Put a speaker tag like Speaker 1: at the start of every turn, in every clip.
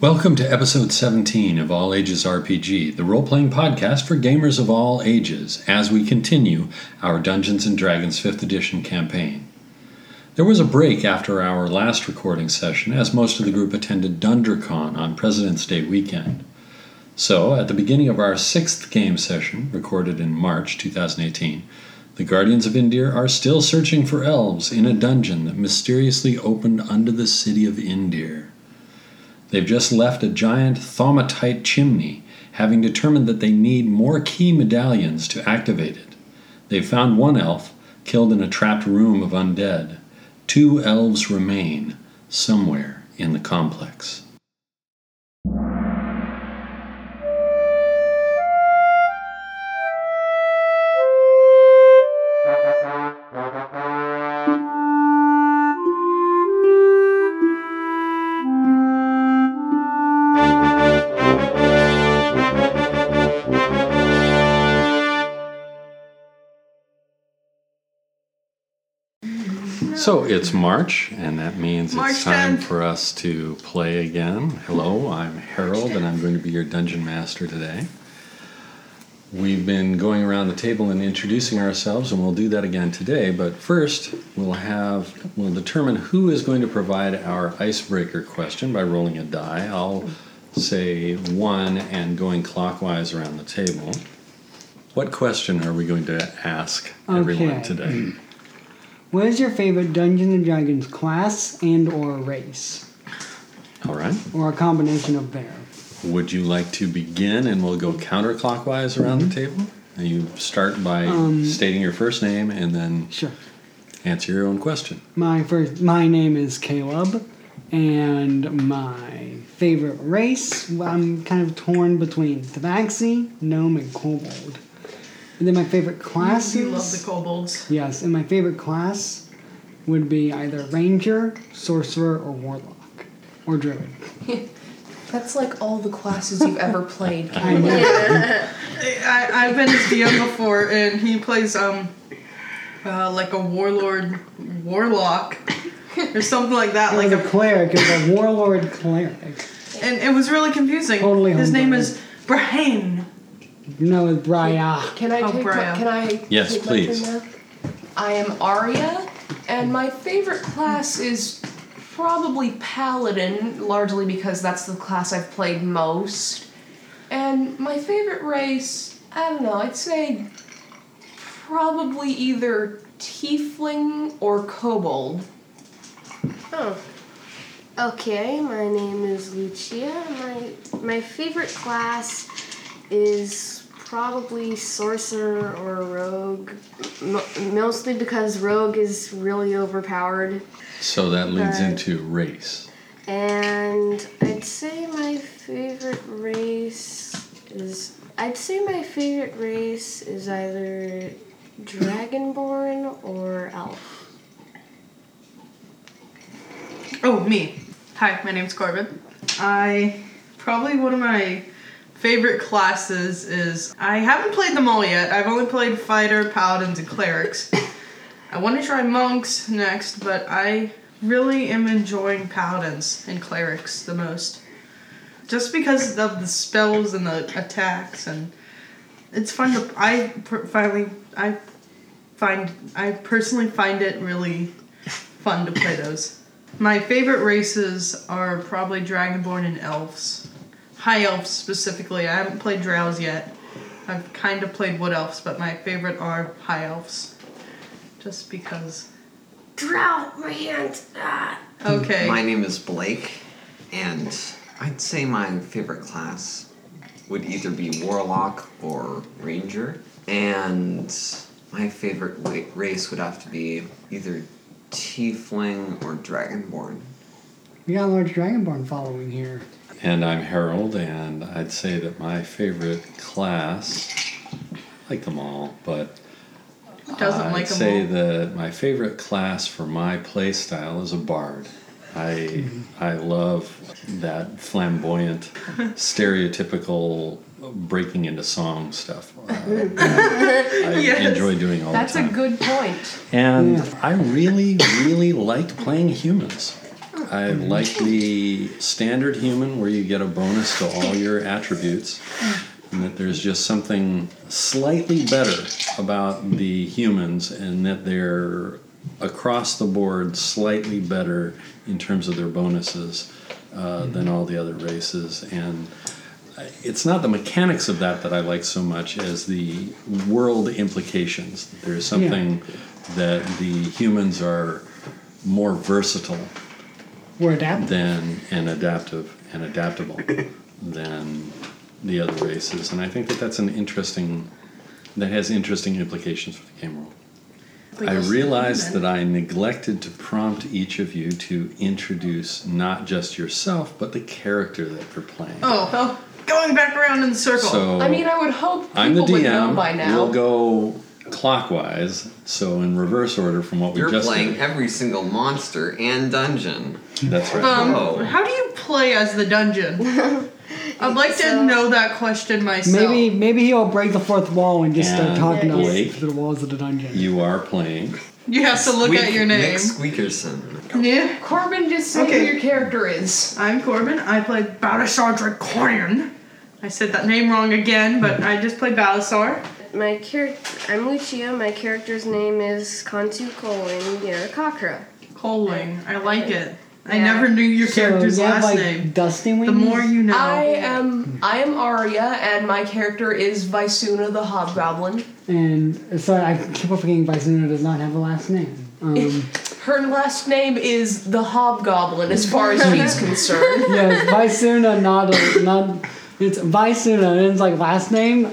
Speaker 1: Welcome to episode 17 of All Ages RPG, the role playing podcast for gamers of all ages, as we continue our Dungeons and Dragons 5th edition campaign. There was a break after our last recording session, as most of the group attended DunderCon on President's Day weekend. So, at the beginning of our sixth game session, recorded in March 2018, the Guardians of Indir are still searching for elves in a dungeon that mysteriously opened under the city of Indir. They've just left a giant thaumatite chimney, having determined that they need more key medallions to activate it. They've found one elf killed in a trapped room of undead. Two elves remain somewhere in the complex. So it's March, and that means it's
Speaker 2: March
Speaker 1: time
Speaker 2: 10th.
Speaker 1: for us to play again. Hello, I'm Harold, and I'm going to be your dungeon master today. We've been going around the table and introducing ourselves, and we'll do that again today. But first, we'll have we'll determine who is going to provide our icebreaker question by rolling a die. I'll say one and going clockwise around the table. What question are we going to ask everyone
Speaker 3: Okay.
Speaker 1: today?
Speaker 3: What is your favorite Dungeons and Dragons class and or race?
Speaker 1: All right.
Speaker 3: Or a combination of there?
Speaker 1: Would you like to begin and we'll go counterclockwise around the table? And you start by stating your first name and then
Speaker 3: Sure.
Speaker 1: answer your own question.
Speaker 3: My first my name is Caleb and my favorite race well, I'm kind of torn between Tabaxi, Gnome, and Kobold. And then my favorite classes
Speaker 2: You love the kobolds.
Speaker 3: Yes, and my favorite class would be either Ranger, Sorcerer, or Warlock. Or Druid.
Speaker 4: That's like all the classes you've ever played.
Speaker 3: I know.
Speaker 2: I, I've been his DM before, and he plays um, uh, like a warlord, warlock, or something like that.
Speaker 3: Like a
Speaker 2: Like a,
Speaker 3: cleric, is a warlord cleric.
Speaker 2: and it was really confusing.
Speaker 3: Totally
Speaker 2: his name
Speaker 3: homegrown.
Speaker 2: is Brahane.
Speaker 3: No, it's Briar.
Speaker 4: Can I
Speaker 2: Oh,
Speaker 4: take?
Speaker 2: Brian.
Speaker 4: can I?
Speaker 1: Yes,
Speaker 4: take my
Speaker 1: please.
Speaker 4: turn now? I am Arya, and my favorite class is probably Paladin, largely because that's the class I've played most. And my favorite race, I don't know. I'd say probably either Tiefling or Kobold.
Speaker 5: Oh. Okay, my name is Lucia. My my favorite class is probably sorcerer or rogue, m- mostly because rogue is really overpowered.
Speaker 1: So that leads
Speaker 5: Right.
Speaker 1: into race.
Speaker 5: And I'd say my favorite race is I'd say my favorite race is either dragonborn or elf.
Speaker 2: Oh, me. Hi, my name's Corbin. I probably one of my favorite classes is I haven't played them all yet. I've only played fighter, paladins, and clerics. I want to try monks next, but I really am enjoying paladins and clerics the most. Just because of the spells and the attacks and it's fun to I per- finally I find I personally find it really fun to play those. My favorite races are probably Dragonborn and Elves. High Elves specifically. I haven't played Drows yet. I've kind of played Wood Elves, but my favorite are High Elves. Just because.
Speaker 5: Drow, my hands. Ah.
Speaker 2: Okay.
Speaker 6: My name is Blake, and I'd say my favorite class would either be Warlock or Ranger, and my favorite wa- race would have to be either Tiefling or Dragonborn.
Speaker 3: We got a large Dragonborn following here.
Speaker 1: And I'm Harold, and I'd say that my favorite class, I like them all, but
Speaker 2: Who doesn't
Speaker 1: I'd
Speaker 2: like them
Speaker 1: say
Speaker 2: all?
Speaker 1: that my favorite class for my play style is a bard. I
Speaker 2: Mm-hmm.
Speaker 1: I love that flamboyant, stereotypical breaking into song stuff. Uh, I
Speaker 2: Yes.
Speaker 1: enjoy doing all
Speaker 4: That's
Speaker 1: the
Speaker 4: a
Speaker 1: time.
Speaker 4: good point.
Speaker 1: and I really, really liked playing humans. I like the standard human where you get a bonus to all your attributes, and that there's just something slightly better about the humans, and that they're across the board slightly better in terms of their bonuses uh, than all the other races. And it's not the mechanics of that that I like so much as the world implications. There's something that the humans are more versatile
Speaker 3: We're adapting.
Speaker 1: than and adaptive and adaptable than the other races, and I think that that's an interesting that has interesting implications for the game world. I realized that I neglected to prompt each of you to introduce not just yourself but the character that you're playing.
Speaker 2: Oh, oh, going back around in the circle.
Speaker 1: So
Speaker 4: I mean, I would hope people
Speaker 1: I'm the
Speaker 4: would know
Speaker 1: DM.
Speaker 4: by now.
Speaker 1: We'll go clockwise, so in reverse order from what we
Speaker 6: You're
Speaker 1: just
Speaker 6: playing
Speaker 1: did.
Speaker 6: every single monster and dungeon.
Speaker 1: That's right.
Speaker 4: Uh,
Speaker 2: um,
Speaker 6: Oh.
Speaker 2: how do you play as the dungeon? I'd like to know that question myself.
Speaker 3: Maybe maybe he'll break the fourth wall and just
Speaker 1: And
Speaker 3: start talking to
Speaker 1: Blake.
Speaker 3: us through the walls of the dungeon.
Speaker 1: you are playing
Speaker 2: you have to look at
Speaker 6: Squeak
Speaker 2: your name.
Speaker 6: Nick Squeakerson.
Speaker 2: Yeah.
Speaker 4: Corbin, just say
Speaker 2: Okay.
Speaker 4: who your character is.
Speaker 2: I'm Corbin. I play Balasar Draconian. I said that name wrong again, but I just play Balasar.
Speaker 5: My character, I'm Lucia. My character's name is Kantu Colin Yarakakra.
Speaker 2: Coling. I like it. I
Speaker 5: Yeah.
Speaker 2: never knew your
Speaker 3: So
Speaker 2: character's
Speaker 3: you have,
Speaker 2: last
Speaker 3: like
Speaker 2: name.
Speaker 3: Dusty wings.
Speaker 2: The more you know.
Speaker 4: I am I am Arya, and my character is Visuna the Hobgoblin.
Speaker 3: and sorry, I keep on forgetting Bisuno does not have a last name. Um,
Speaker 4: Her last name is the Hobgoblin, as far as he's concerned.
Speaker 3: yes, Bisuno not a not. It's Bisuno and it's like last name,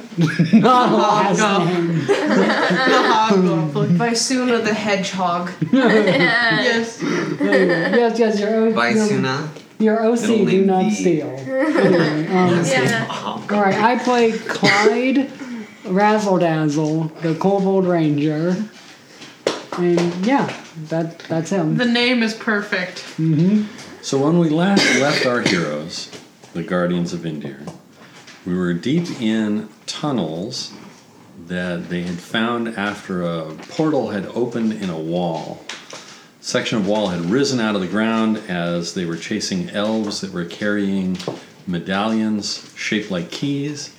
Speaker 3: not
Speaker 2: Oh,
Speaker 3: a last
Speaker 2: no.
Speaker 3: name.
Speaker 2: the
Speaker 3: Hmm.
Speaker 2: Hobgoblin.
Speaker 4: Visuna the Hedgehog.
Speaker 2: yes.
Speaker 3: yes, yes, your O.
Speaker 6: Visuna.
Speaker 3: Your, your OC
Speaker 6: Middle
Speaker 3: do
Speaker 6: name
Speaker 3: not
Speaker 6: B.
Speaker 3: steal. Anyway, um,
Speaker 5: Yeah.
Speaker 3: all right, I play Clyde Razzle Dazzle, the Kobold Ranger, and yeah, that that's him.
Speaker 2: The name is perfect.
Speaker 1: So when we last left our heroes, the Guardians of Indir, we were deep in tunnels that they had found after a portal had opened in a wall. Section of wall had risen out of the ground as they were chasing elves that were carrying medallions shaped like keys,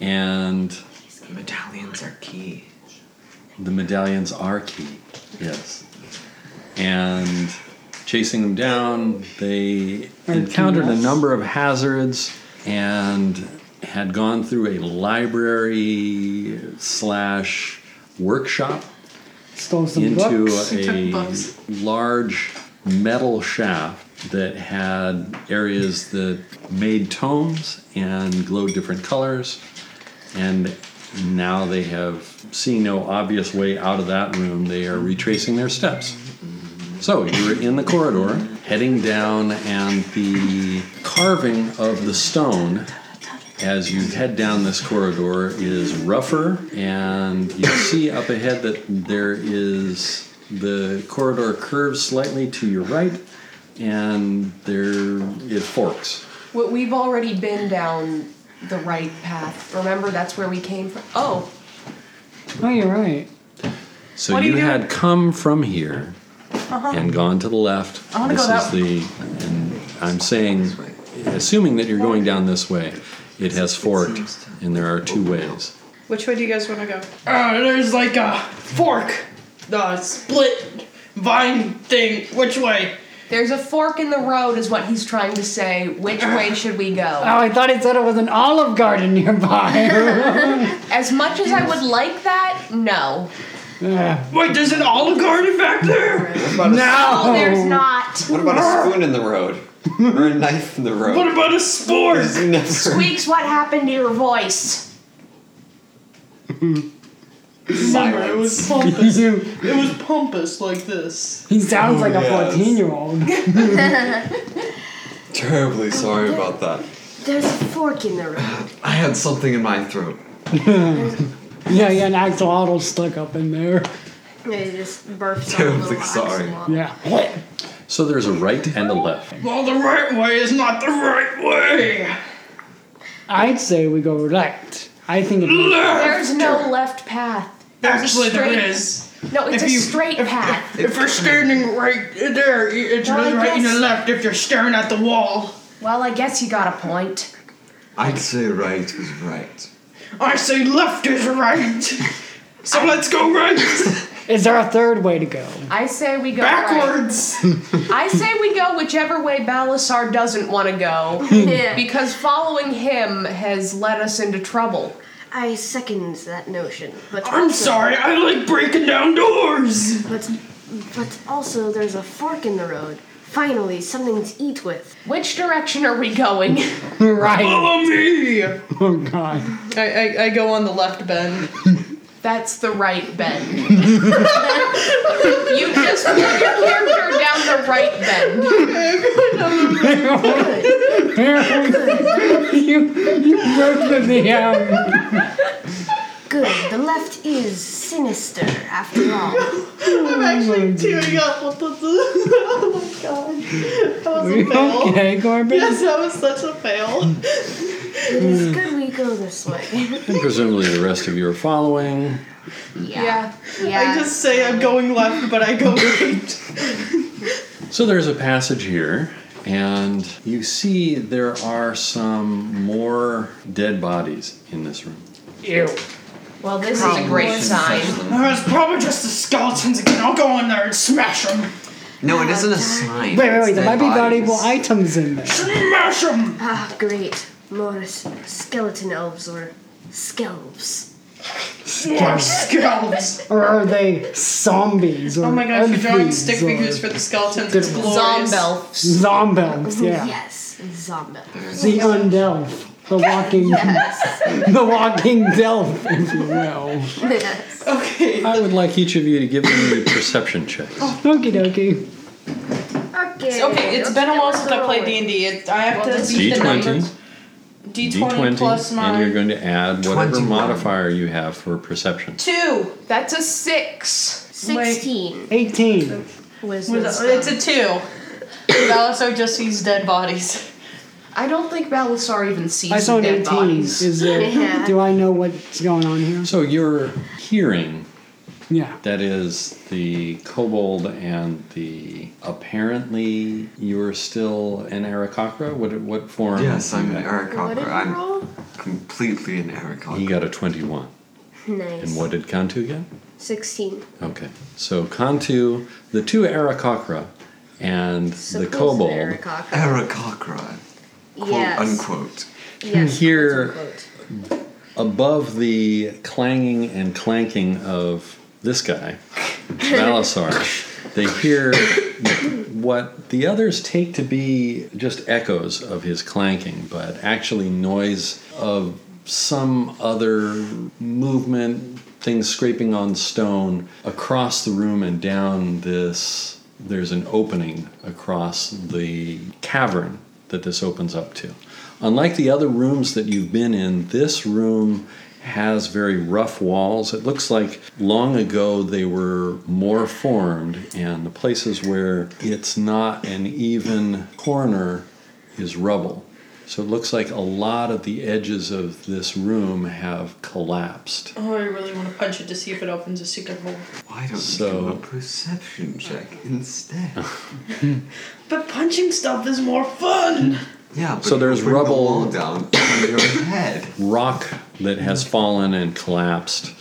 Speaker 1: and
Speaker 6: Medallions are key.
Speaker 1: the medallions are key. Yes. And chasing them down, they
Speaker 3: Are
Speaker 1: encountered a
Speaker 3: key, yes.
Speaker 1: number of hazards and had gone through a library slash workshop
Speaker 3: Stole some
Speaker 1: into
Speaker 3: books.
Speaker 2: Took
Speaker 1: a
Speaker 2: books.
Speaker 1: large metal shaft that had areas that made tomes and glowed different colors. And now they have, seeing no obvious way out of that room, they are retracing their steps. So you're in the corridor, heading down, and the carving of the stone as you head down this corridor is rougher, and you see up ahead that there is the corridor curves slightly to your right, and there it forks.
Speaker 4: What we've already been down the right path. Remember, that's where we came from. Oh,
Speaker 3: Oh, you're right.
Speaker 1: So
Speaker 2: What are
Speaker 1: you,
Speaker 2: you doing? Uh-huh.
Speaker 1: had come from here and gone to the left.
Speaker 2: I wanna
Speaker 1: this
Speaker 2: go that
Speaker 1: is the, and I'm saying, assuming that you're going down this way, it has forked, and there are two ways.
Speaker 2: Which way do you guys want to go? Uh, there's like a fork, uh, split vine thing. Which way?
Speaker 4: there's a fork in the road, is what he's trying to say. Which way should we go?
Speaker 3: Oh, I thought it said it was an olive garden nearby.
Speaker 4: As much as I would like that, no.
Speaker 3: Yeah.
Speaker 2: Wait, there's an olive garden back there.
Speaker 3: no,
Speaker 4: Oh, there's not.
Speaker 6: What about a spoon in the road? or a knife in the
Speaker 2: What
Speaker 6: road?
Speaker 2: about a sport?
Speaker 6: You never-
Speaker 4: Squeaks, what happened to your voice?
Speaker 2: Remember, it was pompous.
Speaker 3: You-
Speaker 2: it was pompous like this.
Speaker 3: He sounds like a
Speaker 6: yes.
Speaker 3: 14 year old.
Speaker 6: Terribly sorry about that.
Speaker 5: There's a fork in the road.
Speaker 6: I had something in my throat.
Speaker 3: Yeah, yeah, an axolotl stuck up in there.
Speaker 5: I just burped on a
Speaker 6: Terribly
Speaker 5: little
Speaker 6: sorry.
Speaker 5: axolotl.
Speaker 3: Yeah.
Speaker 1: So there's a right and a left.
Speaker 2: Well, the right way is not the right way.
Speaker 3: I'd say we go right. I think it
Speaker 4: There's no left path.
Speaker 2: Actually, there
Speaker 4: straight-
Speaker 2: is.
Speaker 4: No, it's
Speaker 2: If
Speaker 4: a
Speaker 2: you-
Speaker 4: straight
Speaker 2: if-
Speaker 4: path.
Speaker 2: If you're standing right there, it's
Speaker 4: Well,
Speaker 2: really
Speaker 4: I
Speaker 2: right and
Speaker 4: guess-
Speaker 2: your left if you're staring at the wall.
Speaker 4: well, I guess you got a point.
Speaker 6: I'd say right is right.
Speaker 2: I say left is right. So let's go right.
Speaker 3: Is there a third way to go?
Speaker 4: I say we go right.
Speaker 2: Backwards.
Speaker 4: I say we go whichever way Balasar doesn't want to go.
Speaker 5: Yeah.
Speaker 4: Because following him has led us into trouble.
Speaker 5: I second that notion, but
Speaker 2: I'm
Speaker 5: also-
Speaker 2: sorry, I like breaking down doors.
Speaker 5: But but also there's a fork in the road. Finally, something to eat with.
Speaker 4: Which direction are we going?
Speaker 3: right.
Speaker 2: Follow me. I,
Speaker 3: Oh god.
Speaker 2: I, I go on the left bend.
Speaker 4: That's the right bend. you just put your character down the right bend.
Speaker 3: you you broke the um, DM.
Speaker 5: Good. The left is sinister after all.
Speaker 2: I'm actually tearing up. What the? Oh my god. That was
Speaker 3: Are you okay, Corbin?
Speaker 2: that was such a fail.
Speaker 5: It is good we go this way.
Speaker 1: And presumably the rest of you are following.
Speaker 4: Yeah.
Speaker 5: Yeah.
Speaker 2: say I'm going left, but I go right.
Speaker 1: So there's a passage here, and you see there are some more dead bodies in this room.
Speaker 3: Ew.
Speaker 4: Well, this is a great sign.
Speaker 2: It's probably just the skeletons again. I'll go in there and smash them.
Speaker 6: No, it isn't a sign.
Speaker 3: Wait, wait, wait. There
Speaker 6: It's dead
Speaker 3: might be valuable
Speaker 6: bodies.
Speaker 3: items in there.
Speaker 2: Smash them.
Speaker 5: Ah, great. Morris, skeleton elves or skelves.
Speaker 2: More scalps.
Speaker 3: Or are they zombies? Or
Speaker 2: Oh my gosh, you're drawing
Speaker 3: elfies
Speaker 2: stick
Speaker 3: or
Speaker 2: figures for the skeletons. It's glorious.
Speaker 4: Zombelfs.
Speaker 3: Zombelfs, yeah.
Speaker 5: Yes, zombie.
Speaker 3: The undelf. The walking
Speaker 5: Yes.
Speaker 3: the walking delf, if you will.
Speaker 5: yes.
Speaker 2: Okay.
Speaker 1: I would like each of you to give me perception checks.
Speaker 2: Oh,
Speaker 3: Okie dokie.
Speaker 5: Okay.
Speaker 2: Okay, it's
Speaker 5: let's
Speaker 2: been a
Speaker 5: get
Speaker 2: while
Speaker 5: with
Speaker 2: since
Speaker 5: the
Speaker 2: I played D
Speaker 5: rolling.
Speaker 2: and D. I have
Speaker 4: Well,
Speaker 2: to
Speaker 4: this-
Speaker 2: beat the
Speaker 1: D20,
Speaker 2: numbers.
Speaker 1: D20,
Speaker 2: plus
Speaker 1: and you're
Speaker 2: my
Speaker 1: going to add whatever
Speaker 6: 21.
Speaker 1: modifier you have for perception.
Speaker 2: two.
Speaker 4: That's a six.
Speaker 5: Sixteen
Speaker 3: Eighteen.
Speaker 5: was
Speaker 2: With
Speaker 5: this,
Speaker 2: a- It's
Speaker 5: um,
Speaker 2: a two. Balasar just sees dead bodies.
Speaker 4: I don't think Balasar even sees
Speaker 3: I saw an
Speaker 4: dead
Speaker 3: eighteen.
Speaker 4: bodies.
Speaker 3: Is there
Speaker 5: Yeah.
Speaker 3: do I know what's going on here?
Speaker 1: So you're hearing
Speaker 3: Yeah.
Speaker 1: that is the kobold and the apparently you're still an Arakakra? What what form?
Speaker 6: Yes, I'm an
Speaker 5: what did
Speaker 6: Arakocra.
Speaker 5: you
Speaker 6: I'm
Speaker 5: roll?
Speaker 6: completely an Arakocra.
Speaker 1: He got a 21.
Speaker 5: Nice.
Speaker 1: And what did Kantu get?
Speaker 5: Sixteen.
Speaker 1: Okay. So Kantu, the two Arakakra and the
Speaker 5: Supposed
Speaker 1: kobold
Speaker 5: Aracocra.
Speaker 6: Arakocra, quote
Speaker 5: yes.
Speaker 6: unquote.
Speaker 5: Yes.
Speaker 1: Here-
Speaker 5: quote, unquote.
Speaker 1: above the clanging and clanking of this guy, Balasar, they hear what the others take to be just echoes of his clanking, but actually noise of some other movement, things scraping on stone across the room and down this. There's an opening across the cavern that this opens up to. Unlike the other rooms that you've been in, this room has very rough walls. It looks like long ago they were more formed, and the places where it's not an even corner is rubble. So it looks like a lot of the edges of this room have collapsed.
Speaker 2: Oh, I really want to punch it to see if it opens a secret hole.
Speaker 6: Why don't you do
Speaker 1: So-
Speaker 6: a perception check instead?
Speaker 2: But punching stuff is more fun.
Speaker 6: Yeah, but
Speaker 1: So there's
Speaker 6: bring the
Speaker 1: rubble-
Speaker 6: wall down on your head.
Speaker 1: Rock that has fallen and collapsed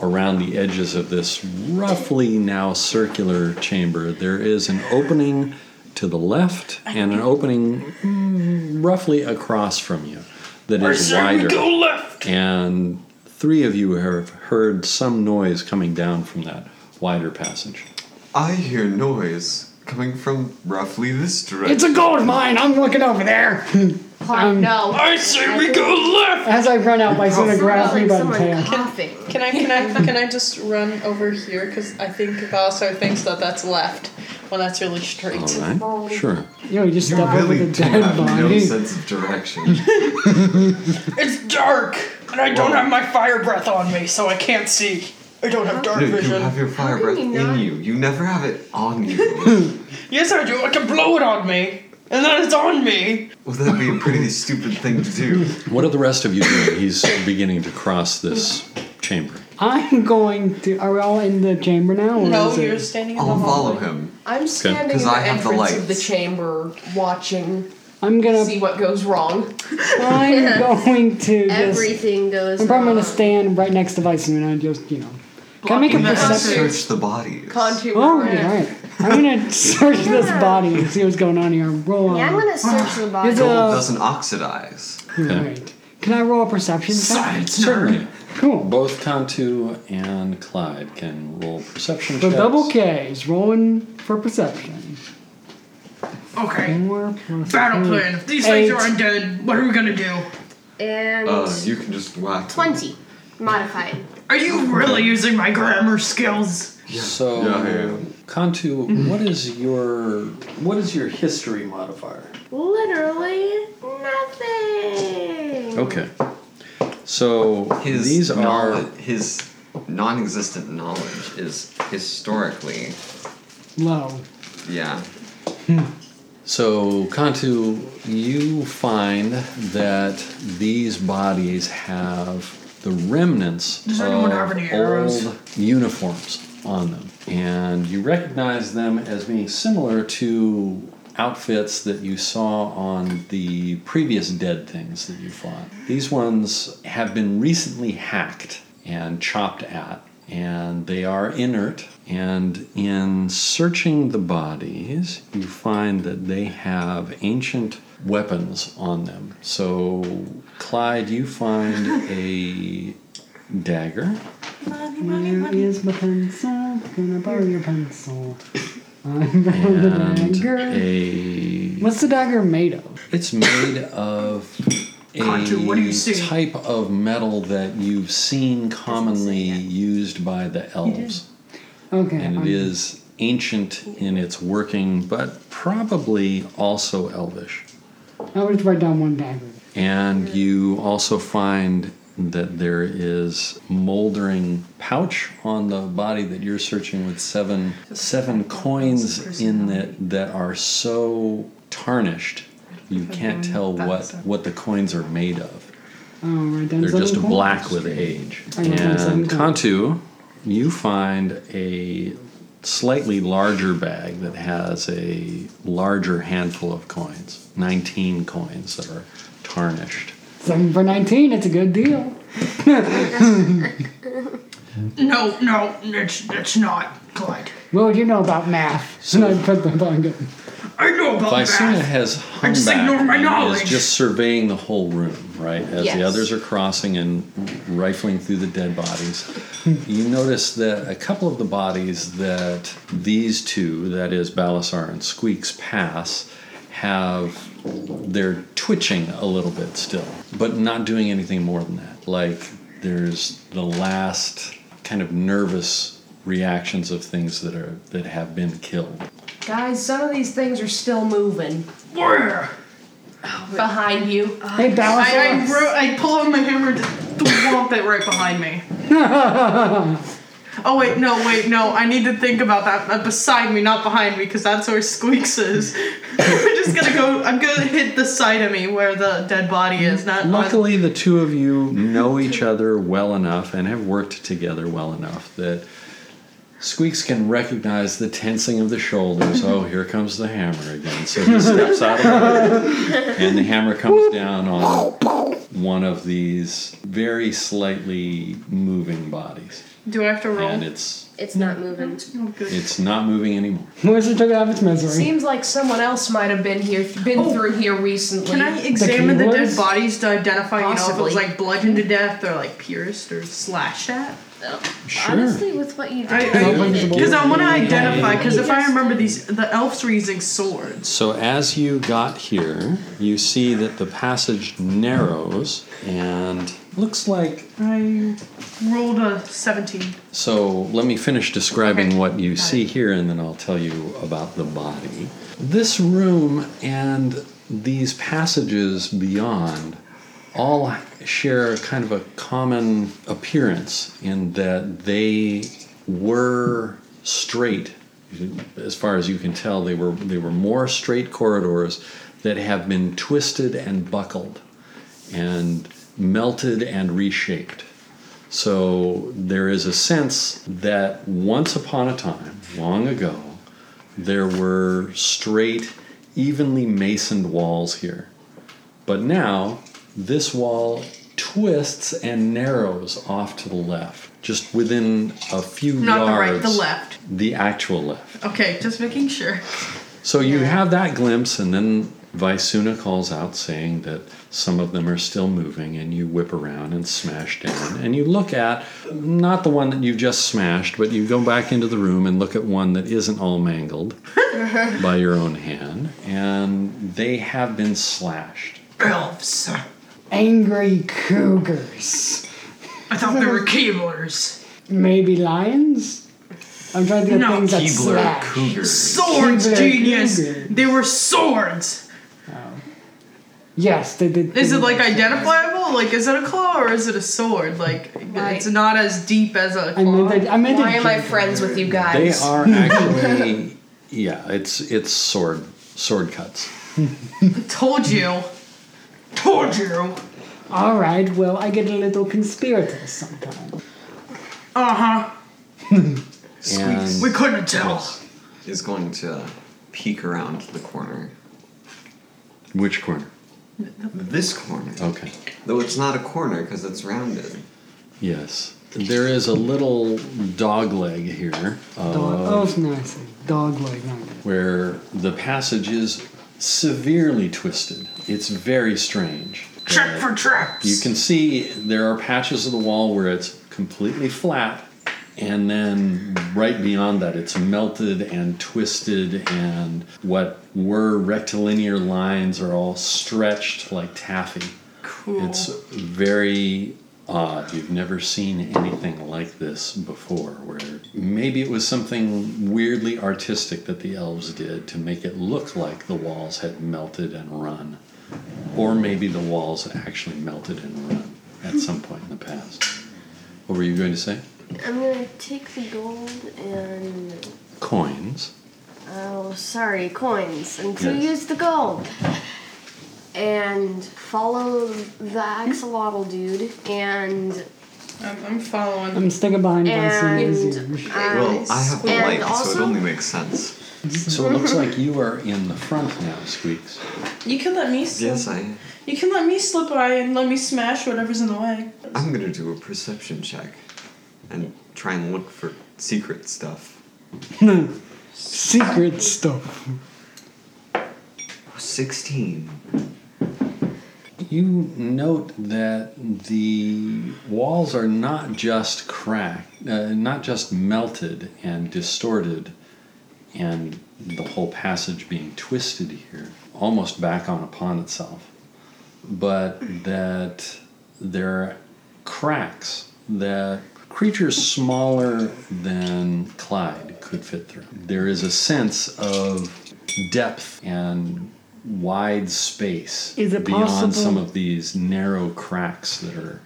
Speaker 1: around the edges of this roughly now circular chamber. There is an opening to the left and an opening mm, roughly across from you that
Speaker 2: I
Speaker 1: is
Speaker 2: say we
Speaker 1: wider.
Speaker 2: go left.
Speaker 1: and three of you have heard some noise coming down from that wider passage.
Speaker 6: I hear noise coming from roughly this direction.
Speaker 3: It's a gold mine, I'm looking over there. Um,
Speaker 4: Clark, no.
Speaker 2: I say we go left.
Speaker 3: As I run out, my son grabs me
Speaker 5: Like
Speaker 3: by the
Speaker 5: someone
Speaker 3: tail.
Speaker 5: coughing.
Speaker 2: Can I can I can I just run over here because I think Balasar thinks that that's left when that's really straight.
Speaker 1: All right, sure.
Speaker 3: Yo, you just
Speaker 6: you
Speaker 3: step
Speaker 6: really
Speaker 3: over the
Speaker 6: do
Speaker 3: dead
Speaker 6: have no
Speaker 3: body.
Speaker 6: sense of direction.
Speaker 2: It's dark and I don't
Speaker 6: Whoa.
Speaker 2: have my fire breath on me, so I can't see. I don't have dark
Speaker 6: no, you
Speaker 2: vision.
Speaker 6: have your fire
Speaker 5: can
Speaker 6: breath
Speaker 5: you
Speaker 6: in
Speaker 5: not-
Speaker 6: you. You never have it on you.
Speaker 2: Yes, I do. I can blow it on me, and then it's on me.
Speaker 6: well, that'd be a pretty stupid thing to do.
Speaker 1: What are the rest of you doing? He's beginning to cross this chamber.
Speaker 3: I'm going to. Are we all in the chamber now? or
Speaker 2: No,
Speaker 3: is it-
Speaker 2: you're standing in the
Speaker 6: I'll follow
Speaker 2: hallway.
Speaker 6: him.
Speaker 4: I'm standing in
Speaker 6: 'Cause
Speaker 4: the
Speaker 6: I have the
Speaker 4: entrance of the
Speaker 6: lights.
Speaker 4: chamber, watching,
Speaker 3: I'm
Speaker 4: see
Speaker 3: gonna.
Speaker 4: what goes wrong.
Speaker 3: I'm going to. Just,
Speaker 5: Everything goes.
Speaker 3: I'm probably gonna
Speaker 5: wrong.
Speaker 3: stand right next to Vice and I just you know. Can I make a
Speaker 2: Blocking the
Speaker 6: Let's
Speaker 2: Perception.
Speaker 3: perception?
Speaker 6: search the bodies.
Speaker 4: Contour.
Speaker 3: Oh, you're right. I'm gonna search this body and see what's going on here. Roll.
Speaker 5: Yeah, I'm
Speaker 3: on-
Speaker 5: gonna search the body.
Speaker 3: Is
Speaker 6: Gold
Speaker 3: Uh,
Speaker 6: doesn't oxidize.
Speaker 3: You're right. Can I roll a perception? check?
Speaker 6: Science
Speaker 1: Certainly.
Speaker 3: Cool.
Speaker 1: Uh, Both Cantu and Clyde can roll perception
Speaker 3: The
Speaker 1: checks.
Speaker 3: double K is rolling for perception.
Speaker 2: Okay.
Speaker 3: Four plus
Speaker 2: Battle
Speaker 3: four.
Speaker 2: plan. If these things
Speaker 3: Eight.
Speaker 2: are undead, what are we gonna do?
Speaker 5: And
Speaker 6: Uh, you can just whack. them.
Speaker 5: twenty modified.
Speaker 2: Are you really using my grammar skills?
Speaker 1: So,
Speaker 6: Yeah, I am.
Speaker 1: Cantu, what is your what is your history modifier?
Speaker 5: Literally nothing.
Speaker 1: Okay. So
Speaker 6: His
Speaker 1: these are
Speaker 6: knowledge- his non-existent knowledge is historically,
Speaker 3: Low.
Speaker 6: yeah.
Speaker 1: So, Kantu, you find that these bodies have the remnants
Speaker 2: Does anyone have
Speaker 1: of
Speaker 2: any arrows?
Speaker 1: old uniforms on them. And you recognize them as being similar to outfits that you saw on the previous dead things that you fought. These ones have been recently hacked and chopped at, and they are inert. And in searching the bodies, you find that they have ancient weapons on them. So, Clyde, you find a dagger.
Speaker 3: Where is my pencil? Can I borrow your pencil? I'm borrowing the
Speaker 1: and
Speaker 3: dagger.
Speaker 1: a
Speaker 3: What's the dagger made of?
Speaker 1: it's made of a
Speaker 2: Kantu, what do you see?
Speaker 1: type of metal that you've seen commonly used by the elves
Speaker 3: Okay.
Speaker 1: and
Speaker 3: I'm-
Speaker 2: Um,
Speaker 1: it is ancient in its working but probably also elvish
Speaker 3: I would just write down one dagger.
Speaker 1: and you also find that there is moldering pouch on the body that you're searching with seven seven coins in that that are so tarnished you can't tell what what the coins are made of
Speaker 3: Oh, write down
Speaker 1: they're
Speaker 3: seven
Speaker 1: just
Speaker 3: coins.
Speaker 1: black with age
Speaker 3: I know, seven
Speaker 1: and
Speaker 3: coins.
Speaker 1: kantu you find a slightly larger bag that has a larger handful of coins 19 coins that are tarnished
Speaker 3: Seven for nineteen. It's a good deal.
Speaker 2: No, no, it's it's not, Clyde.
Speaker 3: What would you know about math? and I put the bag.
Speaker 2: I know about
Speaker 1: Vicina
Speaker 2: that.
Speaker 1: has hung
Speaker 2: just
Speaker 1: back
Speaker 2: ignore my
Speaker 1: and
Speaker 2: knowledge.
Speaker 1: is just surveying the whole room, right? As
Speaker 4: Yes.
Speaker 1: the others are crossing and rifling through the dead bodies, you notice that a couple of the bodies that these two, that is Balasar and Squeaks, pass, have they're twitching a little bit still, but not doing anything more than that. Like there's the last kind of nervous reactions of things that are that have been killed.
Speaker 4: Guys, some of these things are still moving
Speaker 2: Where?
Speaker 4: behind you.
Speaker 3: Hey,
Speaker 2: I I,
Speaker 3: Balasar.
Speaker 2: bro- I pull out my hammer to thwomp it right behind me. oh wait, no, wait, no. I need to think about that. Uh, beside me, not behind me, because that's where Squeaks is. I'm just gonna go. I'm gonna hit the side of me where the dead body is. Not on-
Speaker 1: Luckily, the two of you know each other well enough and have worked together well enough that Squeaks can recognize the tensing of the shoulders. Oh, here comes the hammer again. So he steps out of the way, and the hammer comes down on one of these very slightly moving bodies.
Speaker 2: Do I have to roll?
Speaker 1: And it's
Speaker 5: It's not moving.
Speaker 2: Oh, good.
Speaker 1: it's not moving anymore.
Speaker 3: Melissa took it out of its misery.
Speaker 4: Seems like someone else might have been here, been
Speaker 2: Oh.
Speaker 4: through here recently.
Speaker 2: Can I examine the,
Speaker 3: keywords?
Speaker 2: dead bodies to identify, you know, if it was
Speaker 4: Possibly.
Speaker 2: like bludgeoned to death or like pierced or slashed at?
Speaker 1: Sure.
Speaker 5: Honestly, with what you did,
Speaker 2: I-
Speaker 5: I,
Speaker 2: I-
Speaker 5: did it.
Speaker 2: Because I want to identify. Because if I
Speaker 5: Just-
Speaker 2: remember these, the elves were using swords.
Speaker 1: So as you got here, you see that the passage narrows and looks like
Speaker 2: I rolled a seventeen.
Speaker 1: So let me finish describing
Speaker 2: Okay.
Speaker 1: what you
Speaker 2: Got
Speaker 1: see
Speaker 2: it.
Speaker 1: here and then I'll tell you about the body. This room and these passages beyond all share kind of a common appearance in that they were straight. As far as you can tell, they were they were more straight corridors that have been twisted and buckled and melted and reshaped So there is a sense that once upon a time, long ago, there were straight, evenly masoned walls here. But now, this wall twists and narrows off to the left, just within a few
Speaker 2: Not the right,
Speaker 1: yards.
Speaker 2: the left.
Speaker 1: The actual left.
Speaker 2: Okay, just making sure.
Speaker 1: So you have that glimpse, and then Visuna calls out saying that some of them are still moving, and you whip around and smash down. And you look at not the one that you just smashed, but you go back into the room and look at one that isn't all mangled by your own hand, and they have been slashed.
Speaker 2: Elves.
Speaker 3: Angry cougars.
Speaker 2: I thought they were Keeblers.
Speaker 3: Maybe lions? I'm trying to get
Speaker 2: No,
Speaker 3: things that
Speaker 6: Keebler
Speaker 3: slash.
Speaker 6: Cougars.
Speaker 2: Swords,
Speaker 3: Keebler
Speaker 2: genius.
Speaker 3: Cougars.
Speaker 2: They were swords.
Speaker 3: Yes, they did.
Speaker 2: Is
Speaker 3: they
Speaker 2: it
Speaker 3: did
Speaker 2: like
Speaker 3: that.
Speaker 2: identifiable? Like, is it a claw or is it a sword? Like, it's not as deep as a
Speaker 3: I meant that.
Speaker 2: claw.
Speaker 3: I meant
Speaker 4: Why
Speaker 3: that
Speaker 4: am I
Speaker 3: joke.
Speaker 4: friends with you
Speaker 1: They
Speaker 4: guys?
Speaker 1: are actually, yeah, it's it's sword sword cuts.
Speaker 2: Told you. Told you.
Speaker 3: All right. Well, I get a little conspirator sometimes.
Speaker 2: Uh huh.
Speaker 6: Squeaks
Speaker 2: We couldn't tell.
Speaker 1: Yes.
Speaker 6: is going to peek around the corner.
Speaker 1: Which corner?
Speaker 6: This corner.
Speaker 1: Okay.
Speaker 6: Though it's not a corner because it's rounded.
Speaker 1: Yes. There is a little dog leg here uh,
Speaker 3: Dog. Oh, it's nice. Dog like that.
Speaker 1: where the passage is severely twisted. It's very strange.
Speaker 2: Check
Speaker 1: Uh,
Speaker 2: for traps.
Speaker 1: you can see there are patches of the wall where it's completely flat, and then right beyond that, it's melted and twisted, and what were rectilinear lines are all stretched like taffy.
Speaker 2: Cool.
Speaker 1: It's very odd. You've never seen anything like this before, where maybe it was something weirdly artistic that the elves did to make it look like the walls had melted and run. Or maybe the walls actually melted and run at some point in the past. What were you going to say?
Speaker 5: I'm gonna take the gold and
Speaker 1: Coins.
Speaker 5: oh, sorry, coins, and to
Speaker 1: Yes.
Speaker 5: use the gold. And follow the axolotl dude, and
Speaker 2: I'm, I'm following.
Speaker 3: I'm sticking behind Vincent as
Speaker 5: and
Speaker 3: usual.
Speaker 6: Well, I have the
Speaker 5: and
Speaker 6: light, so it
Speaker 5: also-
Speaker 6: only makes sense.
Speaker 1: So it looks like you are in the front now, Squeaks.
Speaker 2: You can let me slip.
Speaker 6: Yes, I.
Speaker 2: You can let me slip by and let me smash whatever's in the way.
Speaker 6: I'm gonna do a perception check, and try and look for secret stuff.
Speaker 3: Secret stuff.
Speaker 6: Sixteen.
Speaker 1: You note that the walls are not just cracked, uh, not just melted and distorted, and the whole passage being twisted here, almost back on upon itself, but that there are cracks that creatures smaller than Clyde could fit through. There is a sense of depth and wide space
Speaker 3: Is it
Speaker 1: beyond
Speaker 3: possible-
Speaker 1: some of these narrow cracks that are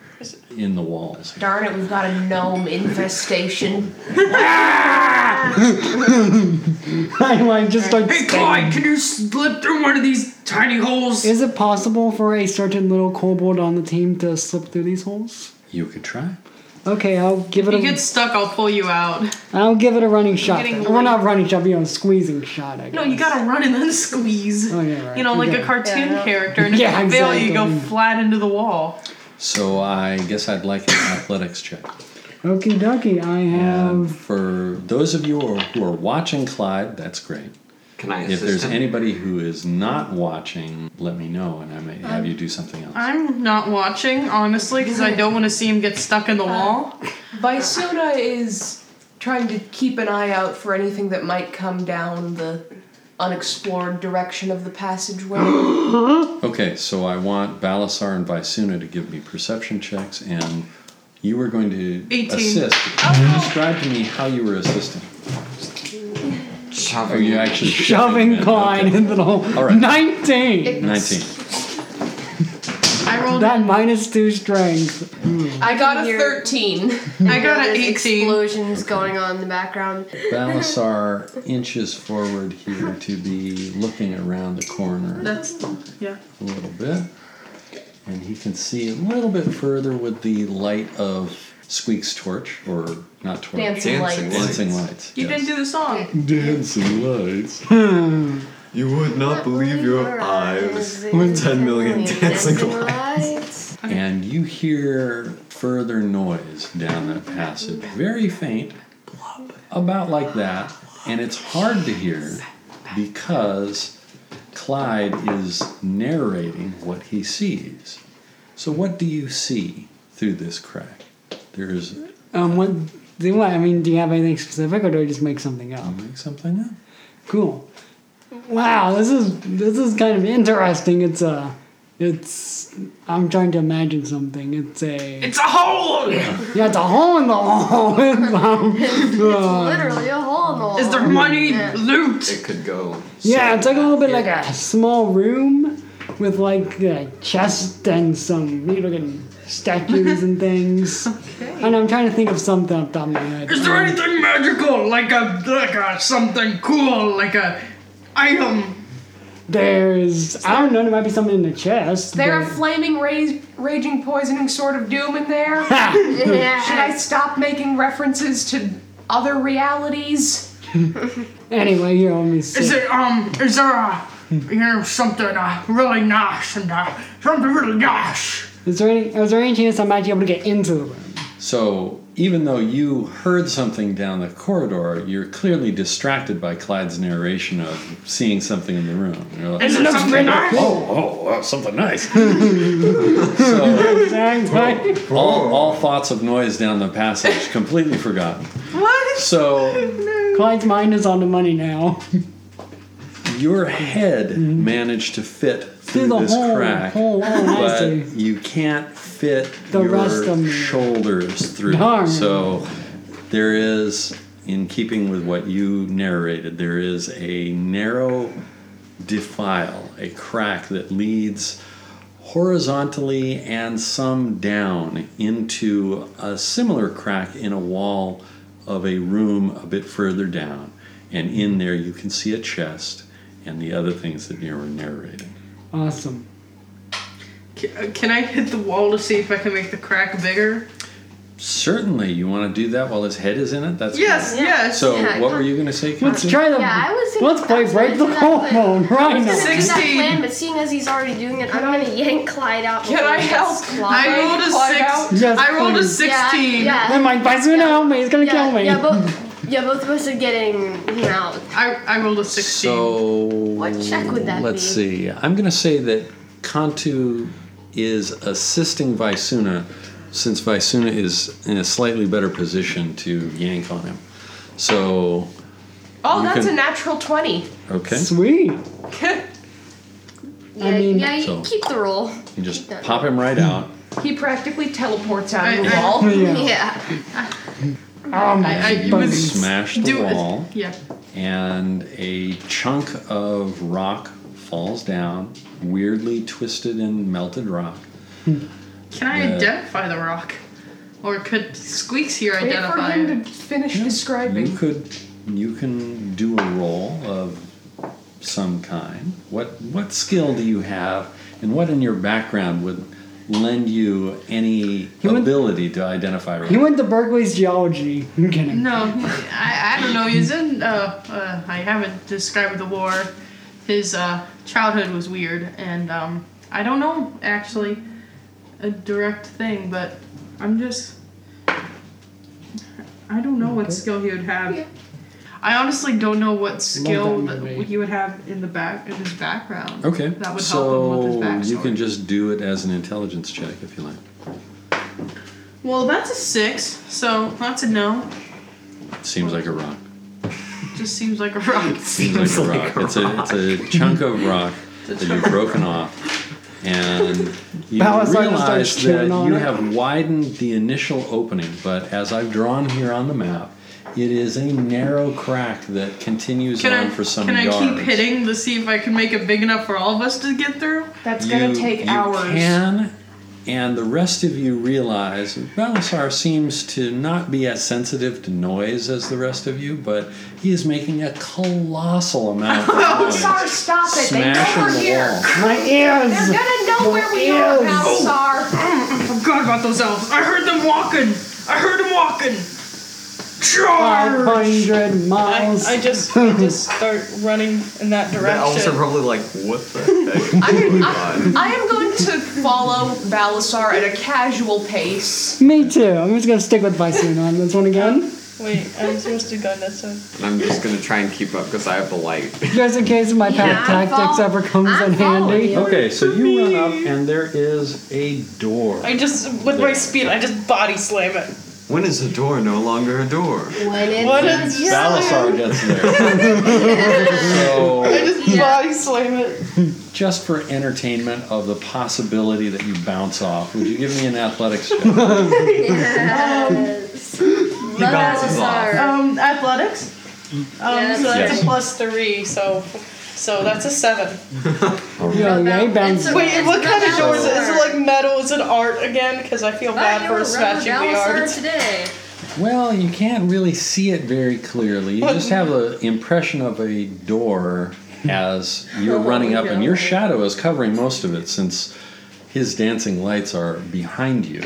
Speaker 1: in the walls.
Speaker 4: Darn it, we've got a gnome infestation.
Speaker 3: I like just start.
Speaker 2: Hey, Clyde, can you slip through one of these tiny holes?
Speaker 3: Is it possible for a certain little kobold on the team to slip through these holes?
Speaker 1: You could try.
Speaker 3: Okay, I'll give it
Speaker 2: If
Speaker 3: a.
Speaker 2: you get stuck, I'll pull you out.
Speaker 3: I'll give it a running shot.
Speaker 2: getting
Speaker 3: Then.
Speaker 2: late.
Speaker 3: Well, not running shot, but you know, squeezing shot. I guess.
Speaker 2: No, you gotta run and then squeeze.
Speaker 3: Oh, yeah, right.
Speaker 2: You know, like
Speaker 3: Okay.
Speaker 2: a cartoon
Speaker 4: Yeah.
Speaker 2: character, and if
Speaker 3: Yeah,
Speaker 2: you fail, you go
Speaker 3: exactly.
Speaker 2: flat into the wall.
Speaker 1: So I guess I'd like an athletics check.
Speaker 3: Okie dokie. I
Speaker 1: And
Speaker 3: have.
Speaker 1: for those of you who are- who are watching Clyde, that's great.
Speaker 6: Can I
Speaker 1: If
Speaker 6: assist
Speaker 1: there's
Speaker 6: him?
Speaker 1: anybody who is not watching, let me know and I may have you do something else.
Speaker 2: I'm not watching, honestly, because I don't want to see him get stuck in the wall.
Speaker 4: Visona is trying to keep an eye out for anything that might come down the unexplored direction of the passageway.
Speaker 1: Okay, so I want Balasar and Visuna to give me perception checks and you were going to
Speaker 2: 18.
Speaker 1: assist. Can you describe to me how you were assisting?
Speaker 6: Shove
Speaker 1: Are you actually
Speaker 3: Shoving
Speaker 1: in?
Speaker 3: Klein
Speaker 1: Okay.
Speaker 3: into the hole.
Speaker 1: All right.
Speaker 3: 19!
Speaker 1: 19.
Speaker 2: I rolled.
Speaker 3: That minus two strength.
Speaker 4: I got a
Speaker 5: Here.
Speaker 4: 13.
Speaker 2: I got an
Speaker 5: there's
Speaker 2: 18.
Speaker 5: explosions going on in the background.
Speaker 1: Balasar inches forward here to be looking around the corner.
Speaker 2: That's yeah.
Speaker 1: a little bit. And he can see a little bit further with the light of Squeak's torch, or not torch,
Speaker 4: Dancing,
Speaker 6: Dancing
Speaker 4: lights.
Speaker 6: lights.
Speaker 1: dancing lights.
Speaker 2: You
Speaker 1: yes.
Speaker 2: didn't do the song.
Speaker 1: dancing lights.
Speaker 6: You would not believe your eyes when 10 million dancing lights.
Speaker 5: lights.
Speaker 1: and you hear further noise down that passage, very faint, about like that, and it's hard to hear because Clyde is narrating what he sees. So, what do you see through this crack? There's
Speaker 3: Um, what? Do what? I mean, do you have anything specific, or do I just make something up?
Speaker 1: make something up.
Speaker 3: Cool. Wow, this is this is kind of interesting. It's a, it's. I'm trying to imagine something. It's a.
Speaker 2: It's a hole! Is
Speaker 3: yeah, it's a hole in the wall. It's, um, uh,
Speaker 5: Literally a hole in the wall.
Speaker 2: there money? Loot!
Speaker 6: It could go.
Speaker 3: yeah, it's like a little bit like
Speaker 6: Yeah.
Speaker 3: a small room with like a chest and some weird looking statues and things. And I'm trying to think of something off the top of my head.
Speaker 2: Is there
Speaker 3: Um,
Speaker 2: anything magical? Like a, like a something cool? Like a item?
Speaker 3: There's, I don't know, there might be something in the chest.
Speaker 4: Is there a
Speaker 3: but-
Speaker 4: flaming, ra- raging, poisoning sword of doom in there? Should
Speaker 3: Ha!
Speaker 4: I
Speaker 5: Yeah.
Speaker 4: stop making references to other realities?
Speaker 3: Anyway, here, let me see.
Speaker 2: Is it, um, is there a, you know, something uh, really nice and uh, something really nice?
Speaker 3: Is there any, is there any chance I might be able to get into the room?
Speaker 1: So even though you heard something down the corridor, you're clearly distracted by Clyde's narration of seeing something in the room. You're like,
Speaker 2: Is it something nice?
Speaker 1: oh, oh, oh, something nice. so
Speaker 3: Exactly.
Speaker 1: all, all thoughts of noise down the passage completely forgotten.
Speaker 2: What?
Speaker 1: So
Speaker 3: Clyde's mind is on the money now.
Speaker 1: your head managed to fit through
Speaker 3: Through the
Speaker 1: this
Speaker 3: hole,
Speaker 1: crack,
Speaker 3: hole, oh, I
Speaker 1: but
Speaker 3: see.
Speaker 1: you can't fit
Speaker 3: The
Speaker 1: your
Speaker 3: rest of me.
Speaker 1: shoulders through.
Speaker 3: Darn.
Speaker 1: So there is, in keeping with what you narrated, there is a narrow defile, a crack that leads horizontally and some down into a similar crack in a wall of a room a bit further down. And in there, you can see a chest and the other things that you were narrating.
Speaker 3: Awesome.
Speaker 2: Can, uh, can I hit the wall to see if I can make the crack bigger?
Speaker 1: Certainly, you want to do that while his head is in it. That's
Speaker 2: Yes,
Speaker 1: fine.
Speaker 2: yes.
Speaker 1: So,
Speaker 5: Yeah,
Speaker 1: what
Speaker 5: yeah.
Speaker 1: were you going to say?
Speaker 3: Let's
Speaker 1: Kirsten?
Speaker 3: try the.
Speaker 5: Yeah, I was gonna-
Speaker 3: Let's play
Speaker 5: I was
Speaker 3: break
Speaker 5: gonna
Speaker 3: the
Speaker 5: do that, but-
Speaker 3: hole right
Speaker 5: I
Speaker 3: now.
Speaker 5: was gonna do that
Speaker 2: 16.
Speaker 5: plan, but seeing as he's already doing it, I'm gonna yank Clyde out.
Speaker 4: Can I help?
Speaker 2: I rolled a
Speaker 4: Climb out?
Speaker 2: six.
Speaker 3: Yes,
Speaker 2: I rolled a
Speaker 3: please.
Speaker 2: sixteen.
Speaker 5: Yeah, yeah,
Speaker 3: And Mike Bison
Speaker 5: Yeah.
Speaker 3: help me. He's gonna
Speaker 5: yeah,
Speaker 3: kill me.
Speaker 5: Yeah, both, yeah, both of us are getting him out.
Speaker 2: I, I rolled a sixteen.
Speaker 1: So
Speaker 5: What check would that
Speaker 1: let's
Speaker 5: be?
Speaker 1: see. I'm going to say that Kantu is assisting Vaisuna since Vaisuna is in a slightly better position to yank on him. So,
Speaker 4: Oh,
Speaker 1: You
Speaker 4: that's
Speaker 1: can-
Speaker 4: a natural 20.
Speaker 1: okay.
Speaker 3: Sweet.
Speaker 5: Yeah,
Speaker 3: mean-
Speaker 5: yeah, you
Speaker 1: So-
Speaker 5: keep the roll.
Speaker 1: You just pop him right out.
Speaker 4: He practically teleports out of the
Speaker 2: I- I-
Speaker 4: wall.
Speaker 3: Yeah.
Speaker 5: Yeah.
Speaker 3: Um,
Speaker 2: I, I, you
Speaker 3: Boom.
Speaker 2: would
Speaker 1: Smash the
Speaker 2: do it.
Speaker 1: wall.
Speaker 2: Yeah.
Speaker 1: and a chunk of rock falls down, weirdly twisted and melted rock.
Speaker 2: Can I
Speaker 1: Yeah.
Speaker 2: identify the rock? Or could Squeaks here
Speaker 4: Wait for
Speaker 2: identify
Speaker 4: him
Speaker 2: it?
Speaker 4: to finish
Speaker 1: You
Speaker 4: describing.
Speaker 1: could you can do a roll of some kind. What what skill do you have and what in your background would lend you any
Speaker 3: went-
Speaker 1: ability to identify rock?
Speaker 3: he went to Berkeley's geology. I'm kidding.
Speaker 2: No, he- I, I don't know. He's in. Uh, uh, I haven't described the war. His uh, childhood was weird, and um, I don't know actually a direct thing, but I'm just. I don't know what skill he would have.
Speaker 4: Yeah.
Speaker 2: I honestly don't know what skill
Speaker 3: that movie.
Speaker 2: that he would have in the back in his background.
Speaker 1: Okay.
Speaker 2: that would
Speaker 1: so
Speaker 2: help him with his backstory.
Speaker 1: you can just do it as an intelligence check if you like.
Speaker 2: Well, that's a six, so that's a no.
Speaker 1: Seems like a rock.
Speaker 2: Just seems like a rock.
Speaker 1: Seems like a rock. it's a it's a chunk of rock that you've broken off, and you
Speaker 3: Balance like it
Speaker 1: realize
Speaker 3: starts
Speaker 1: that
Speaker 3: chewing on
Speaker 1: you
Speaker 3: it.
Speaker 1: have widened the initial opening. But as I've drawn here on the map, it is a narrow crack that continues
Speaker 2: Can
Speaker 1: on
Speaker 2: I,
Speaker 1: for some
Speaker 2: can I
Speaker 1: yards.
Speaker 2: keep hitting to see if I can make it big enough for all of us to get through?
Speaker 4: That's gonna
Speaker 1: You-
Speaker 4: take
Speaker 1: you
Speaker 4: hours.
Speaker 1: Can, and the rest of you realize Balasar seems to not be as sensitive to noise as the rest of you, but he is making a colossal amount of noise.
Speaker 4: Balthasar, Oh, stop it. They know
Speaker 1: Smashing
Speaker 4: we're
Speaker 1: the
Speaker 4: here.
Speaker 1: wall.
Speaker 3: My
Speaker 4: They're
Speaker 3: ears.
Speaker 4: gonna know where we are,
Speaker 3: Yes.
Speaker 4: Balthasar.
Speaker 2: Oh, I forgot about those elves. I heard them walking.
Speaker 7: I heard him walking. Charge!
Speaker 3: 500
Speaker 2: I,
Speaker 3: miles.
Speaker 2: I just I just start running in that
Speaker 6: The elves are
Speaker 2: direction.
Speaker 6: probably like, what the heck?
Speaker 4: I, I, I am going to follow Balasar at a casual pace.
Speaker 3: Me too. I'm just gonna stick with Visine on this one again.
Speaker 2: Wait, I'm supposed to go this way.
Speaker 6: and I'm just gonna try and keep up because I have the light.
Speaker 3: Just in case my pack
Speaker 5: I'm
Speaker 3: tactics
Speaker 5: fol-
Speaker 3: ever comes
Speaker 5: I'm
Speaker 3: in handy.
Speaker 5: following
Speaker 1: Okay, so you run up and there is a door.
Speaker 2: I just with my speed, I just body slam it.
Speaker 6: When is a door no longer a door?
Speaker 5: When it's
Speaker 2: What
Speaker 5: your
Speaker 2: is-
Speaker 1: Balasar gets there. so,
Speaker 2: I just body slam it.
Speaker 1: just for entertainment of the possibility that you bounce off, would you give me an athletics check?
Speaker 5: Yes. Love
Speaker 6: bounces
Speaker 3: Oh,
Speaker 6: off.
Speaker 5: Alazar.
Speaker 2: Um, athletics. Um,
Speaker 5: Yeah,
Speaker 2: so that's
Speaker 1: Yes.
Speaker 2: a plus three, so so that's a seven.
Speaker 3: Yo, yay, bounce.
Speaker 5: It's a-
Speaker 2: Wait,
Speaker 5: it's
Speaker 2: what
Speaker 5: a
Speaker 2: kind of door is it? Is it
Speaker 5: Balasar.
Speaker 2: like metal? Is it art again? Because I feel
Speaker 5: Wow,
Speaker 2: bad
Speaker 5: you
Speaker 2: for
Speaker 5: were
Speaker 2: smashing
Speaker 5: running
Speaker 2: the
Speaker 5: Balasar
Speaker 2: art.
Speaker 5: today.
Speaker 1: well, you can't really see it very clearly. You just have the impression of a door as you're running up, and your shadow is covering most of it since his dancing lights are behind you.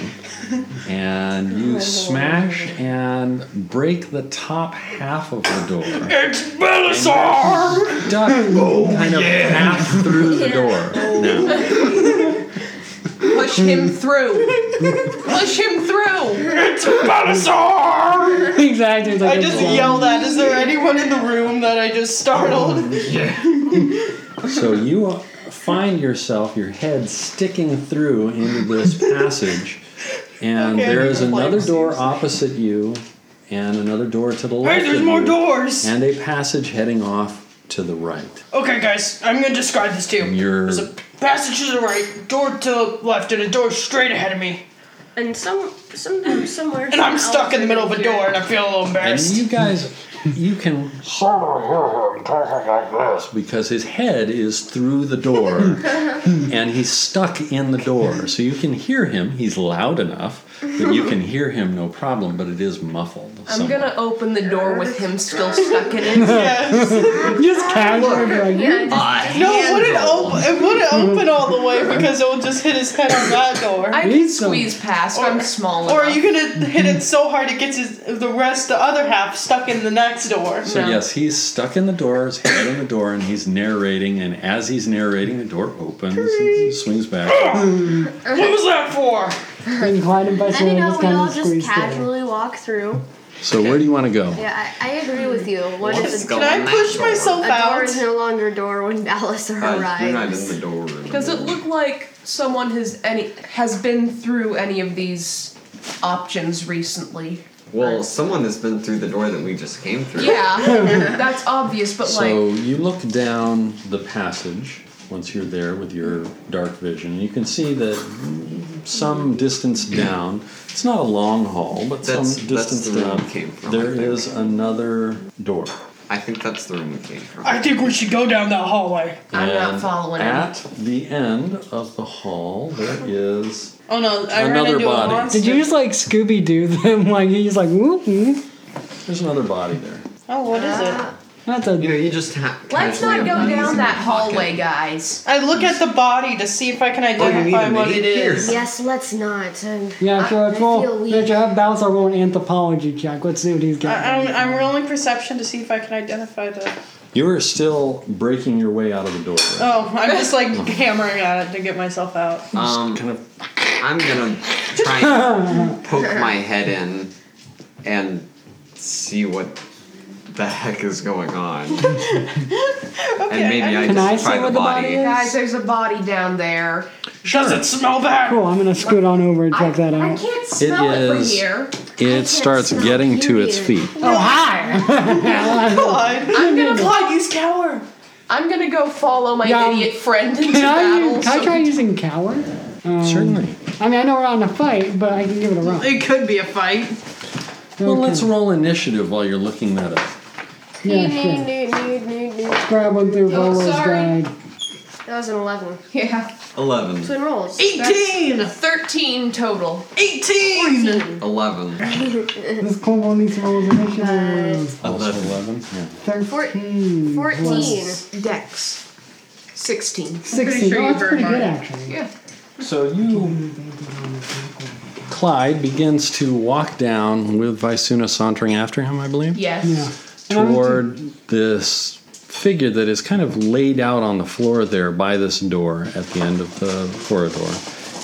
Speaker 1: And you smash and break the top half of the door.
Speaker 2: It's Belisar! Oh,
Speaker 1: duck kind of half through the door. now.
Speaker 4: Push him through. Push him through.
Speaker 2: It's Belisar!
Speaker 3: Exactly. it's like
Speaker 2: I
Speaker 3: a
Speaker 2: just
Speaker 3: bomb.
Speaker 2: yelled at. Is there anyone in the room that I just
Speaker 1: Oh,
Speaker 2: startled?
Speaker 1: So you find yourself, your head sticking through into this passage, and
Speaker 2: Okay,
Speaker 1: there is
Speaker 2: I'm gonna
Speaker 1: another
Speaker 2: play
Speaker 1: door opposite you, and another door to the left.
Speaker 2: Hey, there's
Speaker 1: of
Speaker 2: more
Speaker 1: you,
Speaker 2: doors!
Speaker 1: And a passage heading off to the right.
Speaker 2: Okay, guys, I'm gonna describe this to you.
Speaker 1: You're-
Speaker 2: There's a passage to the right, door to the left, and a door straight ahead of me.
Speaker 5: And some sometimes somewhere.
Speaker 2: And I'm stuck in the middle of a door, and I feel a little
Speaker 1: And
Speaker 2: embarrassed.
Speaker 1: you guys, you can because his head is through the door, and he's stuck in the door. So you can hear him. He's loud enough that you can hear him, no problem. But it is muffled.
Speaker 4: I'm
Speaker 1: somewhat.
Speaker 4: gonna open the door with him still stuck in it.
Speaker 2: Yes.
Speaker 3: Just casually be like,
Speaker 5: Yeah, just-
Speaker 2: No, it wouldn't open. It wouldn't open all the way because it would just hit his head on that door.
Speaker 4: I can
Speaker 3: Need some-
Speaker 4: squeeze past. I'm small
Speaker 2: or are
Speaker 4: enough.
Speaker 2: you gonna hit it so hard it gets his, the rest, the other half, stuck in the next door?
Speaker 1: So
Speaker 4: No.
Speaker 1: yes, he's stuck in the door, his head in the door, and he's narrating. And as he's narrating, the door opens, and swings back.
Speaker 2: What was that for?
Speaker 3: and Clyde and
Speaker 5: And you
Speaker 3: Visine just
Speaker 5: know, we
Speaker 3: kind
Speaker 5: all
Speaker 3: of
Speaker 5: just
Speaker 3: squeeze through.
Speaker 5: casually walk through.
Speaker 1: So where do you want to go?
Speaker 5: Yeah, I, I agree with you. What
Speaker 6: What
Speaker 5: is
Speaker 6: is
Speaker 5: a
Speaker 6: going
Speaker 5: door?
Speaker 2: Can I
Speaker 6: on
Speaker 2: push
Speaker 6: that door?
Speaker 2: myself
Speaker 5: A door
Speaker 2: out?
Speaker 5: is no longer a door when Balasar
Speaker 6: Guys, you're not in
Speaker 5: arrives.
Speaker 6: the door room.
Speaker 4: Does it look like someone has any has been through any of these options recently?
Speaker 6: Well, someone has been through the door that we just came through.
Speaker 4: Yeah, that's obvious. But
Speaker 1: So
Speaker 4: like,
Speaker 1: you look down the passage once you're there with your dark vision, and you can see that mm, some distance down, it's not a long haul, but
Speaker 6: That's-
Speaker 1: some
Speaker 6: that's
Speaker 1: distance
Speaker 6: the room
Speaker 1: down,
Speaker 6: it came from,
Speaker 1: there
Speaker 6: I think.
Speaker 1: is another door.
Speaker 6: I think that's the room we came from.
Speaker 2: I think we should go down that hallway.
Speaker 4: I'm not
Speaker 3: um,
Speaker 1: And
Speaker 4: following him.
Speaker 1: At the end of the hall, there is
Speaker 2: Oh no!
Speaker 1: Another
Speaker 2: I ran into
Speaker 1: body.
Speaker 2: a monster.
Speaker 3: Did you just like Scooby Doo them? Like, you just like, whoop, whoop.
Speaker 1: there's another body there.
Speaker 2: Oh, what is it?
Speaker 3: That's a.
Speaker 6: You know, you just ha-
Speaker 4: let's
Speaker 6: casually
Speaker 4: not go
Speaker 6: have these
Speaker 4: down
Speaker 6: in
Speaker 4: that
Speaker 6: your pocket.
Speaker 4: hallway, guys.
Speaker 2: I look at the body to see if I can
Speaker 6: Oh, you need
Speaker 2: identify
Speaker 6: a
Speaker 2: what it
Speaker 6: minute?
Speaker 2: is.
Speaker 6: Here.
Speaker 5: Yes, let's not. And
Speaker 3: Yeah,
Speaker 5: I-
Speaker 3: so
Speaker 5: I
Speaker 3: it's roll.
Speaker 5: feel weak.
Speaker 3: Bitch, have bounce our roll an anthropology check. Let's see what he's got.
Speaker 2: I, I'm, I'm rolling perception to see if I can identify the.
Speaker 1: You are still breaking your way out of the door. right?
Speaker 2: Oh, I'm just like hammering at it to get myself out.
Speaker 6: Um,
Speaker 1: Kind of
Speaker 6: I'm gonna try and poke my head in and see what the heck is going on.
Speaker 2: Okay.
Speaker 6: and maybe I
Speaker 3: Can I
Speaker 6: just
Speaker 3: see
Speaker 6: try the
Speaker 3: what the body
Speaker 6: body.
Speaker 3: is?
Speaker 4: Guys, there's a body down there.
Speaker 2: Does it smell bad?
Speaker 3: Cool, I'm gonna scoot on over and check that
Speaker 4: I
Speaker 3: out.
Speaker 4: can't smell it, from
Speaker 1: is-
Speaker 4: here.
Speaker 1: it starts
Speaker 5: smell,
Speaker 1: getting to its
Speaker 5: period.
Speaker 1: feet.
Speaker 3: Oh, hi!
Speaker 2: Clyde.
Speaker 4: I'm gonna
Speaker 2: Clyde, use cower.
Speaker 4: I'm gonna go follow my
Speaker 3: Yeah, um,
Speaker 4: idiot friend into
Speaker 3: Can I,
Speaker 4: battle.
Speaker 3: use, can I
Speaker 4: so-
Speaker 3: try using cower? Um,
Speaker 1: Certainly.
Speaker 3: I mean, I know we're on a fight, but I can give it a run.
Speaker 7: It could be a fight.
Speaker 1: Well, let's roll initiative while you're looking that up.
Speaker 3: Yeah, sure. Grab one through
Speaker 4: Oh,
Speaker 3: Volo's
Speaker 4: sorry.
Speaker 3: guide.
Speaker 5: That was an 11.
Speaker 4: Yeah.
Speaker 6: Eleven.
Speaker 5: Twin rolls.
Speaker 7: 18!
Speaker 4: Thirteen total.
Speaker 7: 18!
Speaker 6: Eleven.
Speaker 3: This Cornwall needs to roll his initiative.
Speaker 1: Also 11? Yeah.
Speaker 5: Uh,
Speaker 3: 13.
Speaker 5: 14.
Speaker 4: Dex. Sixteen.
Speaker 3: 16.
Speaker 7: sure
Speaker 3: oh,
Speaker 7: you
Speaker 3: that's pretty
Speaker 7: burned
Speaker 3: good,
Speaker 7: mine.
Speaker 3: actually.
Speaker 4: Yeah.
Speaker 1: So you Clyde begins to walk down with Visuna sauntering after him, I believe,
Speaker 4: Yes.
Speaker 3: Yeah. And I went to-
Speaker 1: toward this figure that is kind of laid out on the floor there by this door at the end of the corridor.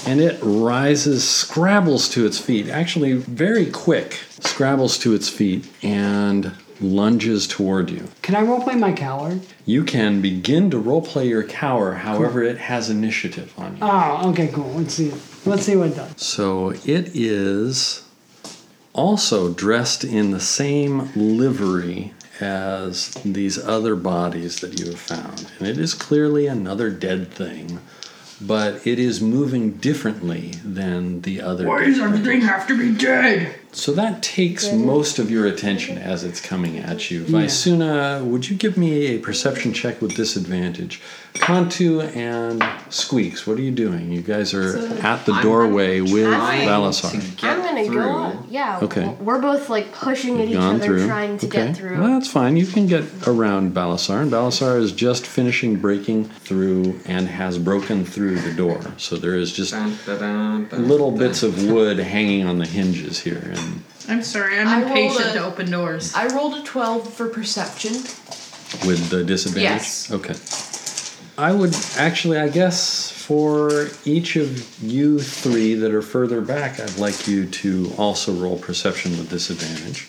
Speaker 1: And it rises, scrabbles to its feet, actually very quick, scrabbles to its feet and lunges toward you.
Speaker 3: Can I roleplay my Cowler?
Speaker 1: You can begin to roleplay your cower, however, it has initiative on you.
Speaker 3: Oh, okay, cool. Let's see it. Let's see what it does.
Speaker 1: So it is also dressed in the same livery as these other bodies that you have found. And it is clearly another dead thing, but it is moving differently than the other. Why does everything have to be dead? So that takes most of your attention as it's coming at you. Vaisuna, would you give me a perception check with disadvantage? Kontu and Squeaks, what are you doing? You guys are at the
Speaker 6: I'm
Speaker 1: doorway with
Speaker 6: Trying to
Speaker 1: Balasar.
Speaker 6: get
Speaker 5: I'm gonna
Speaker 6: through.
Speaker 5: go up. Yeah.
Speaker 1: Okay.
Speaker 5: w- We're both like pushing at each
Speaker 1: Gone
Speaker 5: other,
Speaker 1: through.
Speaker 5: trying to
Speaker 1: Okay.
Speaker 5: get through.
Speaker 1: Well, that's fine. You can get around Balasar, and Balasar is just finishing breaking through and has broken through the door. So there is just
Speaker 6: Dun, dun, dun, dun,
Speaker 1: little
Speaker 6: dun.
Speaker 1: bits of wood hanging on the hinges here. And
Speaker 2: I'm sorry, I'm
Speaker 4: I rolled
Speaker 2: impatient
Speaker 4: a-
Speaker 2: to open doors.
Speaker 4: I rolled a 12 for perception.
Speaker 1: with the disadvantage?
Speaker 4: Yes.
Speaker 1: Okay. I would actually, I guess, for each of you three that are further back, I'd like you to also roll perception with disadvantage.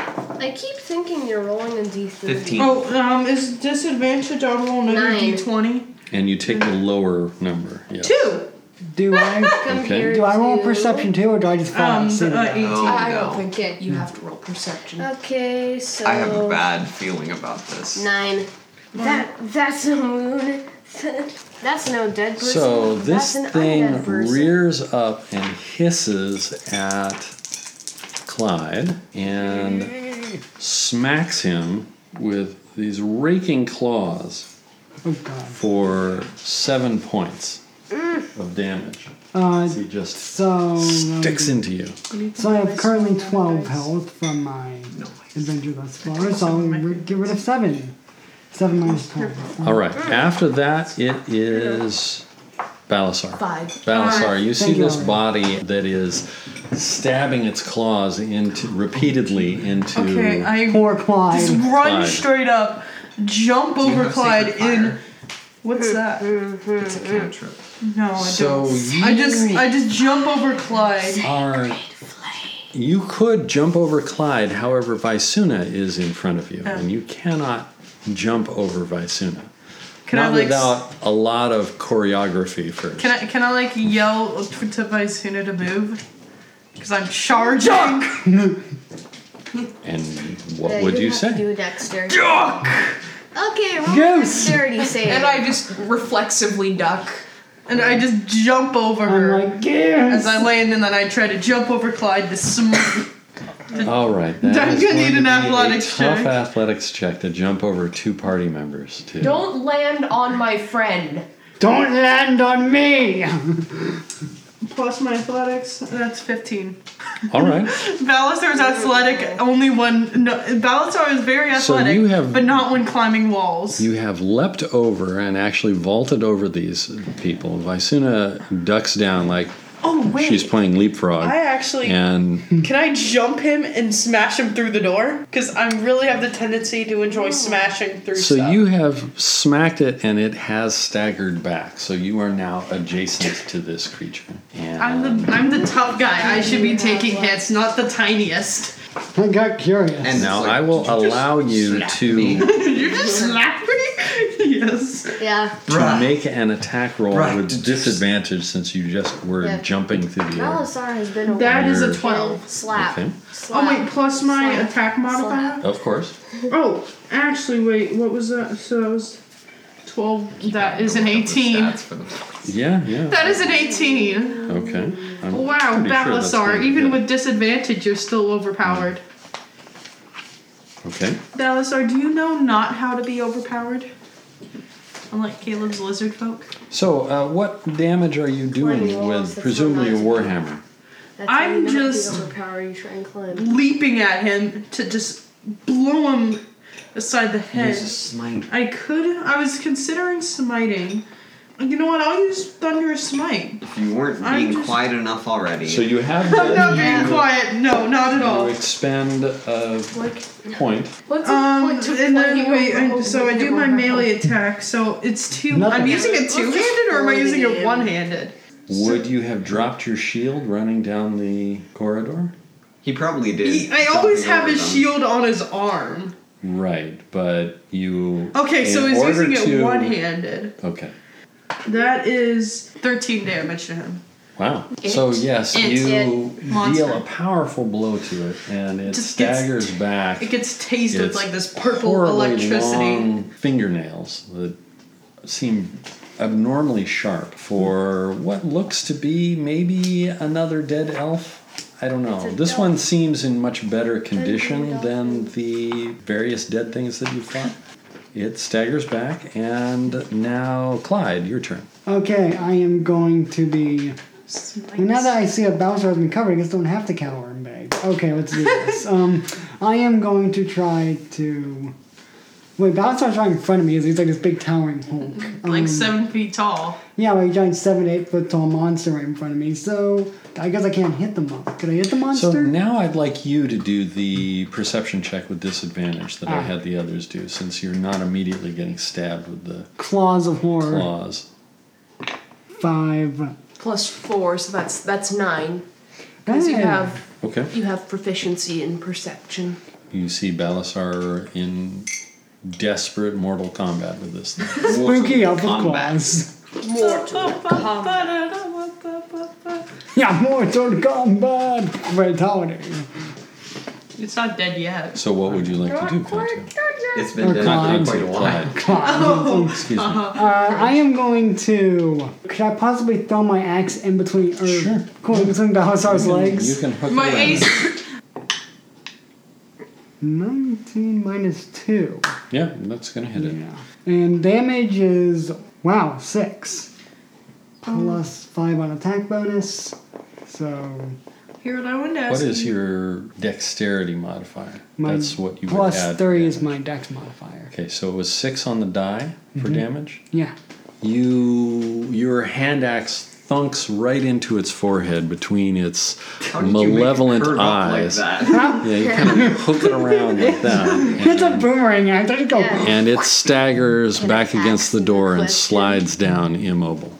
Speaker 5: I keep thinking you're rolling a d3.
Speaker 6: 15.
Speaker 8: Oh, um, is disadvantage on roll another
Speaker 5: Nine.
Speaker 8: d20?
Speaker 1: And you take the lower number. Yes.
Speaker 8: Two.
Speaker 3: Do I
Speaker 5: Compared
Speaker 3: do I roll
Speaker 5: to-
Speaker 3: perception too, or do I just fall
Speaker 8: Um,
Speaker 3: and see
Speaker 8: uh,
Speaker 3: what it does?
Speaker 8: eight.
Speaker 6: Oh,
Speaker 4: I
Speaker 6: no.
Speaker 4: don't think it, you have to roll perception.
Speaker 5: Okay, so
Speaker 6: I have a bad feeling about this.
Speaker 5: nine. That that's a moon. that's no dead person.
Speaker 1: So this
Speaker 5: that's an
Speaker 1: thing
Speaker 5: undead person.
Speaker 1: rears up and hisses at Clyde and smacks him with these raking claws
Speaker 3: Oh god.
Speaker 1: for seven points of damage.
Speaker 3: Uh,
Speaker 1: He just
Speaker 3: so
Speaker 1: sticks into you.
Speaker 3: so I have currently twelve health from my adventure thus far. So I'll ri- get rid of seven. Seven minus twelve.
Speaker 1: All right. After that, it is Balasar.
Speaker 4: Five.
Speaker 1: Balasar, you see
Speaker 3: Thank you,
Speaker 1: this
Speaker 3: Elric.
Speaker 1: body that is stabbing its claws into repeatedly into.
Speaker 8: Okay, I
Speaker 3: Poor
Speaker 8: just
Speaker 3: Clyde.
Speaker 8: run
Speaker 1: Clyde.
Speaker 8: straight up, jump
Speaker 6: You
Speaker 8: over
Speaker 6: have
Speaker 8: Clyde
Speaker 6: secret fire.
Speaker 8: in. What's that?
Speaker 6: It's a cantrip.
Speaker 8: No, I
Speaker 1: So
Speaker 8: don't.
Speaker 1: you
Speaker 8: I just I just jump over Clyde.
Speaker 1: are. You could jump over Clyde, however, Visuna is in front of you,
Speaker 2: Oh.
Speaker 1: and you cannot jump over Visuna.
Speaker 2: Can
Speaker 1: Not
Speaker 2: I like s-
Speaker 1: without a lot of choreography first.
Speaker 2: can I can I like yell to to Visuna to move? Because I'm charging.
Speaker 1: and what
Speaker 5: Yeah,
Speaker 1: would you,
Speaker 5: have to
Speaker 1: say?
Speaker 5: do a dexterity. Okay, roll
Speaker 3: Yes.
Speaker 5: dexterity save.
Speaker 4: And I just reflexively duck.
Speaker 2: And I just jump over
Speaker 3: I'm
Speaker 2: her
Speaker 3: like, yes.
Speaker 2: as I land, and then I try to jump over Clyde to sm-
Speaker 1: All right, that
Speaker 2: I'm
Speaker 1: is
Speaker 2: gonna
Speaker 1: going
Speaker 2: need
Speaker 1: to
Speaker 2: an
Speaker 1: be a
Speaker 2: athletics
Speaker 1: tough
Speaker 2: check.
Speaker 1: athletics check to jump over two party members. Too.
Speaker 4: Don't land on my friend.
Speaker 3: Don't land on me.
Speaker 8: Plus my athletics.
Speaker 2: That's 15.
Speaker 1: All right.
Speaker 2: Balasar's athletic only when. No, Balasar is very
Speaker 1: So
Speaker 2: athletic,
Speaker 1: you have-
Speaker 2: but not when climbing walls.
Speaker 1: You have leapt over and actually vaulted over these people. Visuna ducks down like
Speaker 8: Oh wait.
Speaker 1: she's playing leapfrog.
Speaker 8: I actually
Speaker 1: and
Speaker 8: can I jump him and smash him through the door? Because I really have the tendency to
Speaker 2: Oh.
Speaker 8: enjoy smashing through
Speaker 1: So
Speaker 8: stuff.
Speaker 1: you have smacked it, and it has staggered back. So you are now adjacent to this creature.
Speaker 2: I'm
Speaker 1: And
Speaker 2: the, I'm the tough guy. I should be taking hits, not the tiniest.
Speaker 3: I got curious.
Speaker 6: And
Speaker 1: now
Speaker 6: it's like,
Speaker 1: I will allow you
Speaker 6: slap
Speaker 1: to,
Speaker 6: me?
Speaker 1: to
Speaker 2: You just slapped me? yes.
Speaker 5: yeah.
Speaker 6: Bruh.
Speaker 1: make an attack roll
Speaker 6: Right.
Speaker 1: with disadvantage since you just were
Speaker 5: Yeah.
Speaker 1: jumping through the air.
Speaker 5: Malasar has been a
Speaker 8: that is a
Speaker 1: Weird.
Speaker 8: twelve.
Speaker 5: slap.
Speaker 1: Okay.
Speaker 5: slap.
Speaker 8: Oh wait, plus my
Speaker 5: Slap.
Speaker 8: attack modifier.
Speaker 1: Of course.
Speaker 8: Oh, actually, wait, what was that? So that was twelve.
Speaker 2: That is an
Speaker 6: Look up the
Speaker 2: 18.
Speaker 6: stats for the-
Speaker 1: Yeah, yeah.
Speaker 2: That is an 18.
Speaker 1: Okay. I'm
Speaker 2: Wow,
Speaker 1: pretty sure that's
Speaker 2: Balasar,
Speaker 1: gonna be
Speaker 2: even
Speaker 1: good.
Speaker 2: with disadvantage, you're still overpowered.
Speaker 1: Okay.
Speaker 2: Balasar, do you know not how to be overpowered? Unlike Caleb's lizard folk.
Speaker 1: So, uh, what damage are you
Speaker 5: Climbing
Speaker 1: doing
Speaker 5: walls,
Speaker 1: with
Speaker 5: that's
Speaker 1: presumably your
Speaker 5: not
Speaker 1: warhammer?
Speaker 5: That's how you
Speaker 2: I'm
Speaker 5: know how to
Speaker 2: just-
Speaker 5: overpower you try and climb.
Speaker 2: Leaping at him to just blow him aside the head.
Speaker 6: Use a smite.
Speaker 2: I could. I was considering smiting, You know what? I'll use Thunderous Smite.
Speaker 6: If you weren't
Speaker 2: I'm
Speaker 6: being
Speaker 2: just-
Speaker 6: quiet enough already,
Speaker 1: So you have
Speaker 2: I'm not
Speaker 1: this.
Speaker 2: being quiet. No, not at all.
Speaker 1: You expend a
Speaker 4: Like,
Speaker 1: point.
Speaker 4: what's
Speaker 2: Um,
Speaker 4: the point to
Speaker 2: and then
Speaker 4: playing
Speaker 2: wait,
Speaker 4: over-
Speaker 2: and so
Speaker 4: over
Speaker 2: I do my
Speaker 4: over-
Speaker 2: melee attack. So it's two.
Speaker 3: Nothing.
Speaker 2: I'm using it two-handed, or am I using it
Speaker 5: Game.
Speaker 2: one-handed?
Speaker 1: Would you have dropped your shield running down the corridor?
Speaker 6: he probably did.
Speaker 2: He- I always
Speaker 6: something
Speaker 2: have
Speaker 6: over
Speaker 2: his
Speaker 6: them.
Speaker 2: shield on his arm.
Speaker 1: Right, but you.
Speaker 2: Okay, so
Speaker 1: in
Speaker 2: he's
Speaker 1: order
Speaker 2: using it
Speaker 1: to-
Speaker 2: one-handed.
Speaker 1: Okay.
Speaker 2: That is 13 damage to him.
Speaker 1: Wow. so yes, you
Speaker 2: Monster.
Speaker 1: deal a powerful blow to it, and it
Speaker 2: Just gets-
Speaker 1: staggers back.
Speaker 2: It gets tased with
Speaker 1: It's
Speaker 2: like this purple
Speaker 1: horribly
Speaker 2: electricity.
Speaker 1: long fingernails that seem abnormally sharp for what looks to be maybe another dead elf. I don't know.
Speaker 5: It's a
Speaker 1: This
Speaker 5: dog.
Speaker 1: one seems in much better condition
Speaker 5: dog.
Speaker 1: than the various dead things that you fought. It staggers back, and now Clyde, your turn.
Speaker 3: Okay, I am going to be. Now that I see a bouncer has been covered, I guess I don't have to cower and beg. Okay, let's do this. um, I am going to try to. Wait, Battlestar's right in front of me. He's like this big towering Hulk.
Speaker 2: Like
Speaker 3: Um,
Speaker 2: seven feet tall.
Speaker 3: Yeah, like a giant seven, eight foot tall monster right in front of me. So I guess I can't hit the monster. Could I hit the monster?
Speaker 1: So now I'd like you to do the perception check with disadvantage that I
Speaker 3: Ah.
Speaker 1: had the others do, since you're not immediately getting stabbed with the
Speaker 3: Claws of horror.
Speaker 1: claws.
Speaker 3: Five.
Speaker 4: Plus four, so that's that's nine. Because you
Speaker 3: Hey.
Speaker 4: have
Speaker 1: Okay.
Speaker 4: you have proficiency in perception.
Speaker 1: You see Balasar in desperate mortal combat with this thing.
Speaker 3: Spooky elf with
Speaker 6: Combat.
Speaker 3: claws.
Speaker 2: It's
Speaker 3: Yeah, Mortal Kombat Fatality.
Speaker 2: not dead yet.
Speaker 1: So what would you like to do, Conte?
Speaker 6: It's been dead
Speaker 3: Clyde.
Speaker 6: for quite a Uh-huh. while.
Speaker 1: Excuse me.
Speaker 3: Uh, I am going to. Could I possibly throw my axe in between? Or,
Speaker 1: Sure.
Speaker 3: Cool, in between Balthazar's legs?
Speaker 1: You can hook
Speaker 2: My
Speaker 1: it in.
Speaker 2: ace.
Speaker 3: 19 minus 2.
Speaker 1: Yeah, that's gonna hit it.
Speaker 3: Yeah. And damage is. Wow, 6. Plus
Speaker 5: Um.
Speaker 3: 5 on attack bonus. So.
Speaker 2: Hear what I would ask.
Speaker 1: What is your dexterity modifier?
Speaker 3: My
Speaker 1: that's what you
Speaker 3: plus
Speaker 1: would add.
Speaker 3: 3
Speaker 1: for
Speaker 3: is
Speaker 1: damage.
Speaker 3: my dex modifier.
Speaker 1: Okay, so it was six on the die for damage.
Speaker 3: Yeah.
Speaker 1: You your hand axe thunks right into its forehead between its
Speaker 6: How did you make it
Speaker 1: malevolent
Speaker 6: curve up like
Speaker 1: eyes.
Speaker 6: that?
Speaker 1: Yeah, you kind of hook it around like that.
Speaker 3: It's a boomerang axe. I just go.
Speaker 5: Yeah.
Speaker 1: and it staggers back against the door and
Speaker 5: question.
Speaker 1: slides down immobile.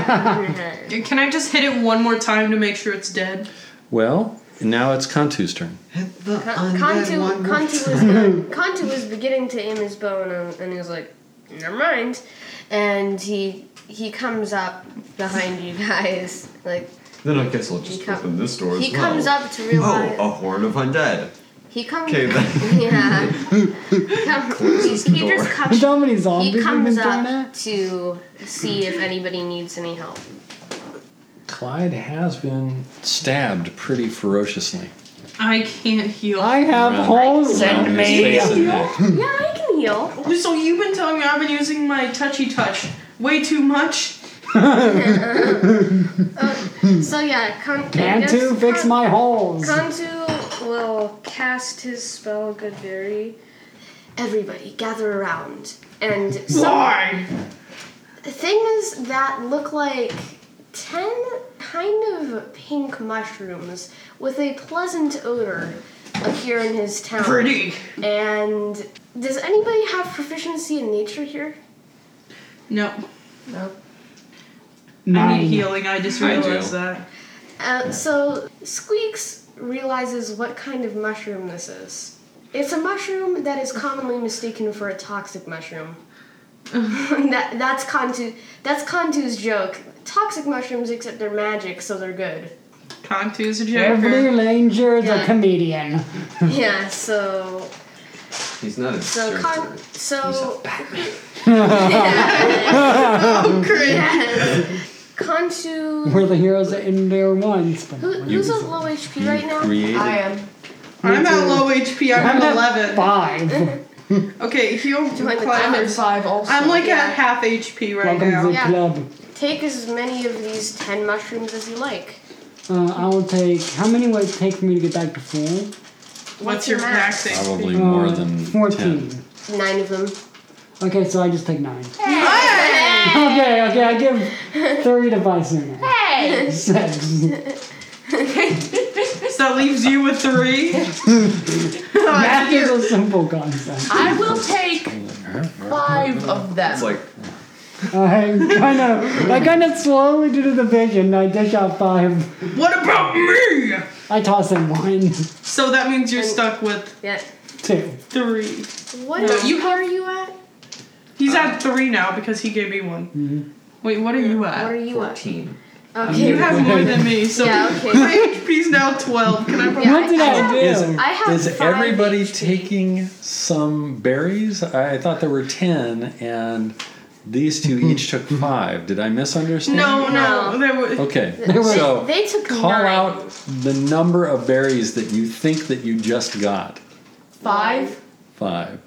Speaker 2: Can I just hit it one more time to make sure it's dead?
Speaker 1: Well, now it's Kantu's turn.
Speaker 6: Hit the undead
Speaker 5: Contu,
Speaker 6: one more
Speaker 5: Contu was going, Contu was beginning to aim his bow, and, um, and he was like, "Never mind," and he he comes up behind you guys, like
Speaker 6: Then I guess I'll just
Speaker 5: He com-
Speaker 6: open this door
Speaker 5: he
Speaker 6: as well.
Speaker 5: comes up to realize
Speaker 6: Oh, a horn of undead.
Speaker 5: he comes.
Speaker 6: Okay, then.
Speaker 5: Yeah. Come-
Speaker 6: Closes the
Speaker 5: he
Speaker 6: door.
Speaker 5: just
Speaker 3: You
Speaker 5: comes.
Speaker 3: know how many zombies
Speaker 5: He
Speaker 3: we've been
Speaker 5: comes
Speaker 3: doing
Speaker 5: up
Speaker 3: that?
Speaker 5: to see if anybody needs any help.
Speaker 1: Clyde has been stabbed pretty ferociously.
Speaker 2: I can't heal.
Speaker 3: I have
Speaker 1: Around-
Speaker 3: holes
Speaker 1: around
Speaker 3: in
Speaker 1: his
Speaker 3: me.
Speaker 1: face and neck.
Speaker 5: Yeah, I can heal.
Speaker 2: so you've been telling me I've been using my touchy touch way too much.
Speaker 5: So yeah, Con-
Speaker 3: Can to fix my holes.
Speaker 5: Kanzu will cast his spell, Goodberry. Everybody, gather around. And so
Speaker 2: Why?
Speaker 5: things that look like ten kind of pink mushrooms with a pleasant odor appear in his town.
Speaker 2: Pretty.
Speaker 5: And does anybody have proficiency in nature here?
Speaker 2: No,
Speaker 4: No.
Speaker 2: I need
Speaker 3: Nine.
Speaker 2: healing. I just
Speaker 6: I do.
Speaker 2: realized that.
Speaker 5: Uh, so Squeaks realizes what kind of mushroom this is. It's a mushroom that is commonly mistaken for a toxic mushroom. that, that's Kantu. That's Kantu's joke. Toxic mushrooms, except they're magic, so they're good.
Speaker 2: Contu's a
Speaker 3: Every
Speaker 2: joker.
Speaker 3: ranger is a
Speaker 5: Yeah.
Speaker 3: comedian.
Speaker 5: yeah. So
Speaker 6: He's not a
Speaker 5: so
Speaker 6: surfer.
Speaker 5: Con- so
Speaker 2: Great.
Speaker 5: Kantu.
Speaker 3: We're the heroes that in their ones. But
Speaker 5: Who, who's at low HP right now?
Speaker 1: Created
Speaker 4: I am.
Speaker 2: I'm at low HP. I'm
Speaker 3: I'm
Speaker 2: at
Speaker 3: at
Speaker 2: 11.
Speaker 3: Five.
Speaker 2: Okay, heal
Speaker 5: want the
Speaker 4: I'm
Speaker 2: Clyde.
Speaker 4: at five also.
Speaker 2: I'm like
Speaker 5: Yeah.
Speaker 2: at half HP
Speaker 3: Welcome
Speaker 2: right
Speaker 3: to the
Speaker 2: now.
Speaker 5: Yeah.
Speaker 3: club.
Speaker 5: Take as many of these ten mushrooms as you like.
Speaker 3: Uh, I will take. How many would it take for me to get back to full?
Speaker 2: What's your max HP?
Speaker 1: probably
Speaker 3: Uh,
Speaker 1: more than
Speaker 3: 14.
Speaker 1: 10.
Speaker 5: Nine of them.
Speaker 3: Okay, so I just take nine.
Speaker 2: Hey!
Speaker 3: Okay, okay, I give 30 to Bison.
Speaker 9: Hey!
Speaker 3: Six.
Speaker 2: So that leaves you with three.
Speaker 3: Math is a simple concept.
Speaker 4: I will take five of them.
Speaker 6: It's like,
Speaker 3: I kind of, I kind of slowly do the division. I dish out five.
Speaker 2: what about me?
Speaker 3: I toss in one,
Speaker 2: So that means
Speaker 5: Oh.
Speaker 2: you're stuck with
Speaker 9: Yeah.
Speaker 3: two.
Speaker 2: three.
Speaker 5: What
Speaker 2: No, you-
Speaker 5: are you at?
Speaker 2: He's
Speaker 5: Uh.
Speaker 2: at three now because he gave me one.
Speaker 3: Mm-hmm.
Speaker 2: Wait, what are you
Speaker 5: What are
Speaker 2: at?
Speaker 5: you
Speaker 6: 14.
Speaker 5: at? Okay.
Speaker 2: You have more than me, so
Speaker 9: Yeah, okay.
Speaker 2: my HP's now twelve. Can I?
Speaker 9: Yeah,
Speaker 3: what did
Speaker 9: I-
Speaker 3: I, do?
Speaker 1: Is,
Speaker 9: I have
Speaker 1: is
Speaker 9: five
Speaker 1: everybody
Speaker 9: HP.
Speaker 1: taking some berries? I thought there were 10, and these two each took five. Did I misunderstand?
Speaker 2: No, no.
Speaker 9: No.
Speaker 2: There were,
Speaker 1: Okay.
Speaker 3: were-
Speaker 1: so
Speaker 9: They took
Speaker 1: call
Speaker 9: nine.
Speaker 1: out the number of berries that you think that you just got.
Speaker 4: Five.
Speaker 1: Five.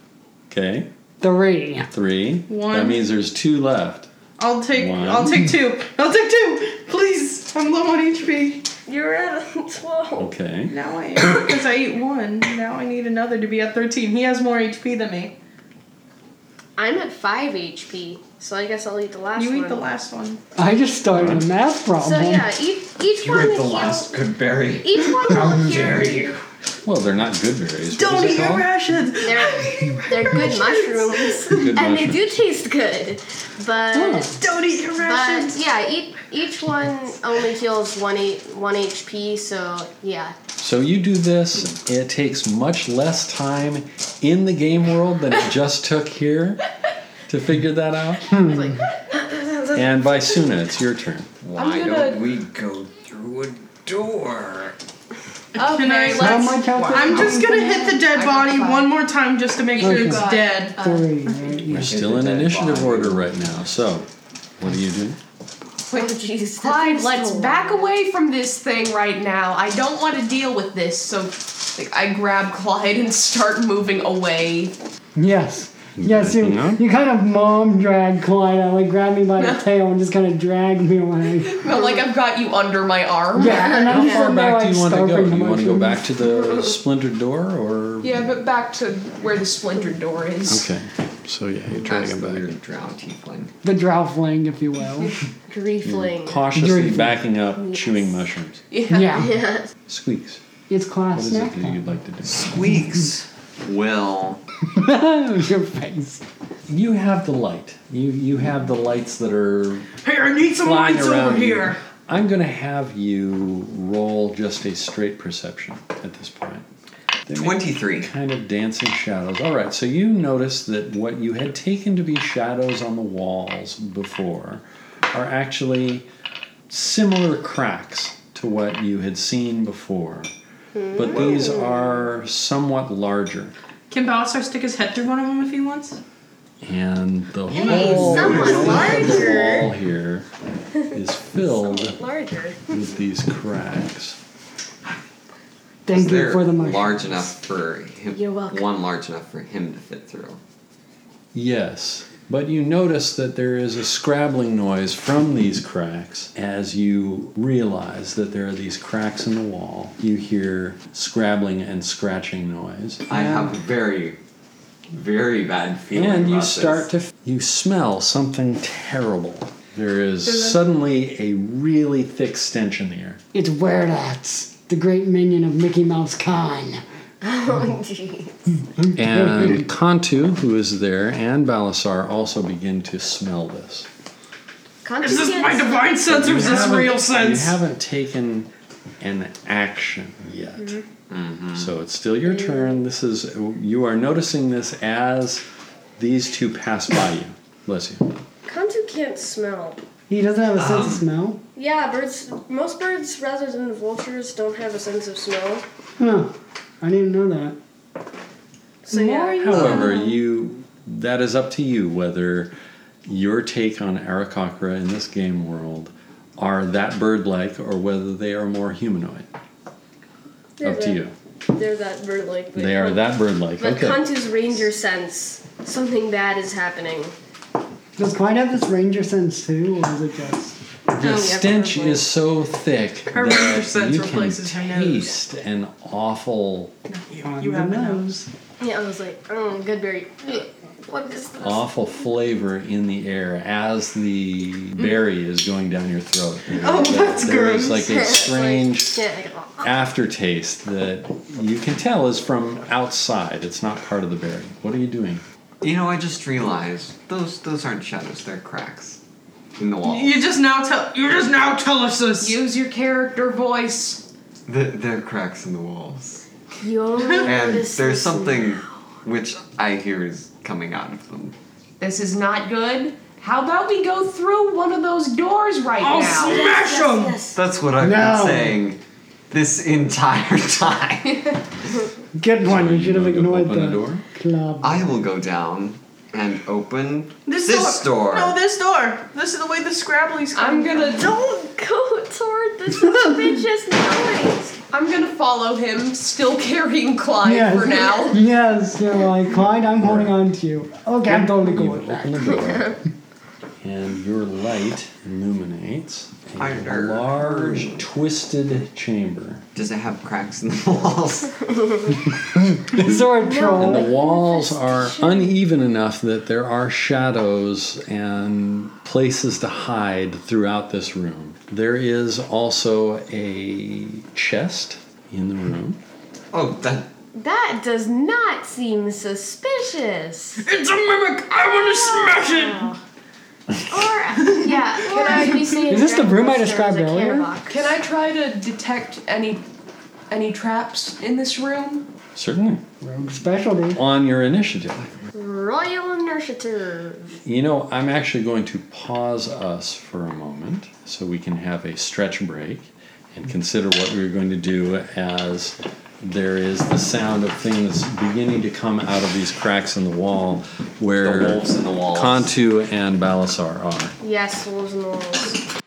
Speaker 1: Okay.
Speaker 3: Three.
Speaker 1: Three. That
Speaker 2: One.
Speaker 1: means there's two left.
Speaker 2: I'll take.
Speaker 1: One.
Speaker 2: I'll take two. I'll take two. Please, I'm low on HP.
Speaker 5: You're at twelve.
Speaker 1: Okay.
Speaker 2: Now I because I ate one. Now I need another to be at thirteen. He has more HP than me.
Speaker 9: I'm at five.
Speaker 5: HP. So I guess I'll eat the last
Speaker 2: You
Speaker 5: one.
Speaker 2: eat the last one.
Speaker 3: I just started a math problem.
Speaker 5: So yeah, each each one will heal.
Speaker 6: good berry.
Speaker 5: Each one will heal.
Speaker 6: you?
Speaker 1: Well, they're not good berries.
Speaker 2: Don't
Speaker 1: what is
Speaker 2: eat
Speaker 1: it
Speaker 2: your
Speaker 1: called?
Speaker 2: rations.
Speaker 9: They're, they're good mushrooms.
Speaker 1: Good
Speaker 9: and they
Speaker 1: mushroom.
Speaker 9: do taste good.
Speaker 3: Huh.
Speaker 9: But,
Speaker 2: Don't eat your
Speaker 9: but
Speaker 2: rations.
Speaker 9: yeah, each, each one only heals one, eight, one HP, so yeah.
Speaker 1: So you do this, it takes much less time in the game world than it just took here to figure that out. and Visuna, it's your turn.
Speaker 6: Why
Speaker 4: I'm gonna-
Speaker 6: don't we go through a door?
Speaker 4: Okay,
Speaker 2: Can I-
Speaker 4: let's.
Speaker 3: How much out there?
Speaker 2: I'm just gonna hit the dead
Speaker 4: I got
Speaker 2: body
Speaker 4: five.
Speaker 2: one more time just to make sure
Speaker 3: Okay. Uh,
Speaker 2: it's
Speaker 4: Got-
Speaker 2: dead.
Speaker 3: Three, right? Yeah.
Speaker 1: We're still in
Speaker 6: the dead
Speaker 1: initiative
Speaker 6: body.
Speaker 1: order right now. So, what do you do?
Speaker 4: Wait, Clyde, let's back away from this thing right now. I don't want to deal with this, so like, I grab Clyde and start moving away.
Speaker 3: Yes. Yes, you,
Speaker 1: Anything else?
Speaker 3: you kind of mom drag Clyde out, like grab me by the tail and just kind of drag me away.
Speaker 4: But, like I've got you under my arm.
Speaker 3: Yeah, and I'm
Speaker 1: How far
Speaker 3: sitting there
Speaker 1: back
Speaker 3: like
Speaker 1: do you want to go?
Speaker 3: starving
Speaker 1: Do you
Speaker 3: emotions.
Speaker 1: want to go back to the splintered door or?
Speaker 4: Yeah, but back to where the splintered door is.
Speaker 1: Okay. So, yeah, you're trying
Speaker 6: That's
Speaker 1: to
Speaker 6: the
Speaker 1: go back.
Speaker 6: weird drow tiefling.
Speaker 3: The Drowfling, if you will.
Speaker 5: Griefling.
Speaker 1: Hmm. Cautiously
Speaker 3: Drinking.
Speaker 1: backing up, chewing mushrooms.
Speaker 4: Yeah.
Speaker 3: yeah.
Speaker 1: Squeaks.
Speaker 3: It's
Speaker 1: What
Speaker 3: class
Speaker 1: is it
Speaker 3: snack
Speaker 1: that you'd
Speaker 3: time.
Speaker 1: like to do?
Speaker 6: Squeaks will
Speaker 3: Oh, Your face.
Speaker 1: You have the light. You you have the lights that are
Speaker 2: Hey, I need some
Speaker 1: flying
Speaker 2: lights
Speaker 1: around
Speaker 2: over
Speaker 1: you.
Speaker 2: here.
Speaker 1: I'm gonna have you roll just a straight perception at this point. They make
Speaker 6: 23.
Speaker 1: kind of dancing shadows. All right, so you notice that what you had taken to be shadows on the walls before are actually similar cracks to what you had seen before,
Speaker 9: Hmm.
Speaker 1: but these are somewhat larger.
Speaker 2: Can Ballasar stick his head through one of them if he wants?
Speaker 1: And the
Speaker 9: Hey,
Speaker 1: whole
Speaker 9: someone
Speaker 1: the
Speaker 9: larger.
Speaker 1: wall here is filled
Speaker 9: Larger.
Speaker 1: with these cracks.
Speaker 3: Thank you
Speaker 6: They're
Speaker 3: for the mushrooms.
Speaker 6: large enough for him.
Speaker 5: You're welcome.
Speaker 6: One large enough for him to fit through.
Speaker 1: Yes, but you notice that there is a scrabbling noise from these cracks as you realize that there are these cracks in the wall. You hear scrabbling and scratching noise.
Speaker 6: I have a very, very bad feeling.
Speaker 1: And you
Speaker 6: about
Speaker 1: start to you smell something terrible. There is suddenly a really thick stench in the air.
Speaker 3: It's Werdatz, the great minion of Mickey Mouse Khan.
Speaker 5: Oh jeez.
Speaker 1: And Kantu, who is there, and Balasar also begin to smell this.
Speaker 2: Is this my
Speaker 9: Conscience.
Speaker 2: divine sense or is
Speaker 1: You
Speaker 2: this
Speaker 1: haven't-
Speaker 2: real sense?
Speaker 1: You haven't taken an action yet.
Speaker 2: Mm-hmm.
Speaker 1: So it's still your turn. This is you are noticing this as these two pass by you. Bless you.
Speaker 5: Kantu can't smell.
Speaker 3: He doesn't have a sense of
Speaker 1: Oh.
Speaker 3: smell.
Speaker 5: Yeah, birds. Most birds, rather than vultures, don't have a sense of smell.
Speaker 3: Huh. I didn't know that.
Speaker 5: So yeah.
Speaker 1: However,
Speaker 2: Uh-huh.
Speaker 1: you that is up to you whether your take on Arakakra in this game world are that bird-like or whether they are more humanoid.
Speaker 5: They're
Speaker 1: up
Speaker 5: that-
Speaker 1: to you.
Speaker 5: They're that bird-like. but-
Speaker 1: They are that bird-like.
Speaker 5: But
Speaker 1: okay.
Speaker 5: Kantu's ranger sense, something bad is happening.
Speaker 3: Does Clyde have this ranger sense too, or is it just.
Speaker 1: The stench is so thick
Speaker 2: Her ranger
Speaker 1: that
Speaker 2: sense
Speaker 1: you can
Speaker 2: replaces her nose.
Speaker 1: taste an awful.
Speaker 2: You have a nose.
Speaker 5: Yeah, I was like, oh, good berry.
Speaker 9: What is this?
Speaker 1: awful flavor in the air as the berry is going down your throat. You know,
Speaker 8: Oh,
Speaker 1: that
Speaker 8: that's
Speaker 1: there is
Speaker 8: gross.
Speaker 1: like a
Speaker 9: It's like-
Speaker 1: strange
Speaker 9: Yeah, like, oh,
Speaker 1: aftertaste that you can tell is from outside. It's not part of the berry. What are you doing?
Speaker 6: You know, I just realized those those aren't shadows; they're cracks in the wall.
Speaker 2: You just now tell. You just now tell us this.
Speaker 4: Use your character voice.
Speaker 6: The, they're cracks in the walls,
Speaker 9: you only
Speaker 6: and
Speaker 9: notice
Speaker 6: there's
Speaker 9: this
Speaker 6: something which I hear is coming out of them.
Speaker 4: This is not good. How about we go through one of those doors right
Speaker 2: I'll
Speaker 4: now?
Speaker 2: smash them.
Speaker 6: That's what I've
Speaker 3: No.
Speaker 6: been saying this entire time.
Speaker 3: Good one. Oh, You should have
Speaker 1: gonna
Speaker 3: ignored
Speaker 1: open
Speaker 3: the,
Speaker 1: the door?
Speaker 3: club.
Speaker 6: I will go down and open this, door.
Speaker 2: No, this door. This is the way the Scrabblies come.
Speaker 4: I'm gonna
Speaker 9: Don't go toward this suspicious noise.
Speaker 4: I'm gonna follow him, still carrying Clyde
Speaker 3: Yes.
Speaker 4: for now.
Speaker 3: Yes, you're like, Clyde, I'm holding on to you. Okay, I'm totally cool
Speaker 1: You
Speaker 3: with
Speaker 1: open
Speaker 3: that.
Speaker 1: the door, and your light illuminates
Speaker 6: I
Speaker 1: a
Speaker 6: heard.
Speaker 1: large twisted chamber.
Speaker 6: Does it have cracks in the walls?
Speaker 3: Zord
Speaker 1: And the
Speaker 3: troll.
Speaker 1: walls are uneven enough that there are shadows and places to hide throughout this room. There is also a chest in the room.
Speaker 6: oh, that
Speaker 9: That does not seem suspicious.
Speaker 2: It's a mimic. I want to smash it.
Speaker 9: Or yeah, can I be seeing
Speaker 3: Is this the room I
Speaker 9: Dracula's
Speaker 3: described
Speaker 9: stairs, a
Speaker 3: earlier?
Speaker 9: care box?
Speaker 4: Can I try to detect any any traps in this room?
Speaker 1: Certainly.
Speaker 3: Rogue specialty.
Speaker 1: On your initiative.
Speaker 9: Royal initiative.
Speaker 1: You know, I'm actually going to pause us for a moment so we can have a stretch break and consider what we're going to do as there is the sound of things beginning to come out of these cracks in the wall where
Speaker 6: The wolves in the walls.
Speaker 1: Kontu and Balasar are.
Speaker 9: Yes, wolves and wolves.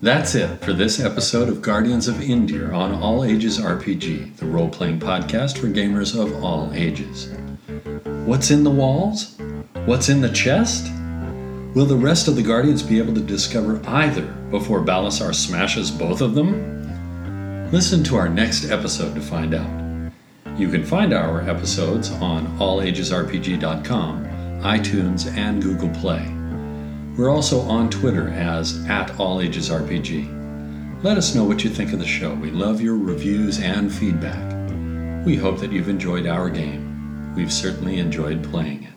Speaker 1: That's it for this episode of Guardians of Indir on All Ages RPG, the role playing podcast for gamers of all ages. What's in the walls? What's in the chest? Will the rest of the Guardians be able to discover either before Balasar smashes both of them? Listen to our next episode to find out. You can find our episodes on allagesrpg.com, iTunes, and Google Play. We're also on Twitter as at All Ages RPG. Let us know what you think of the show. We love your reviews and feedback. We hope that you've enjoyed our game. We've certainly enjoyed playing it.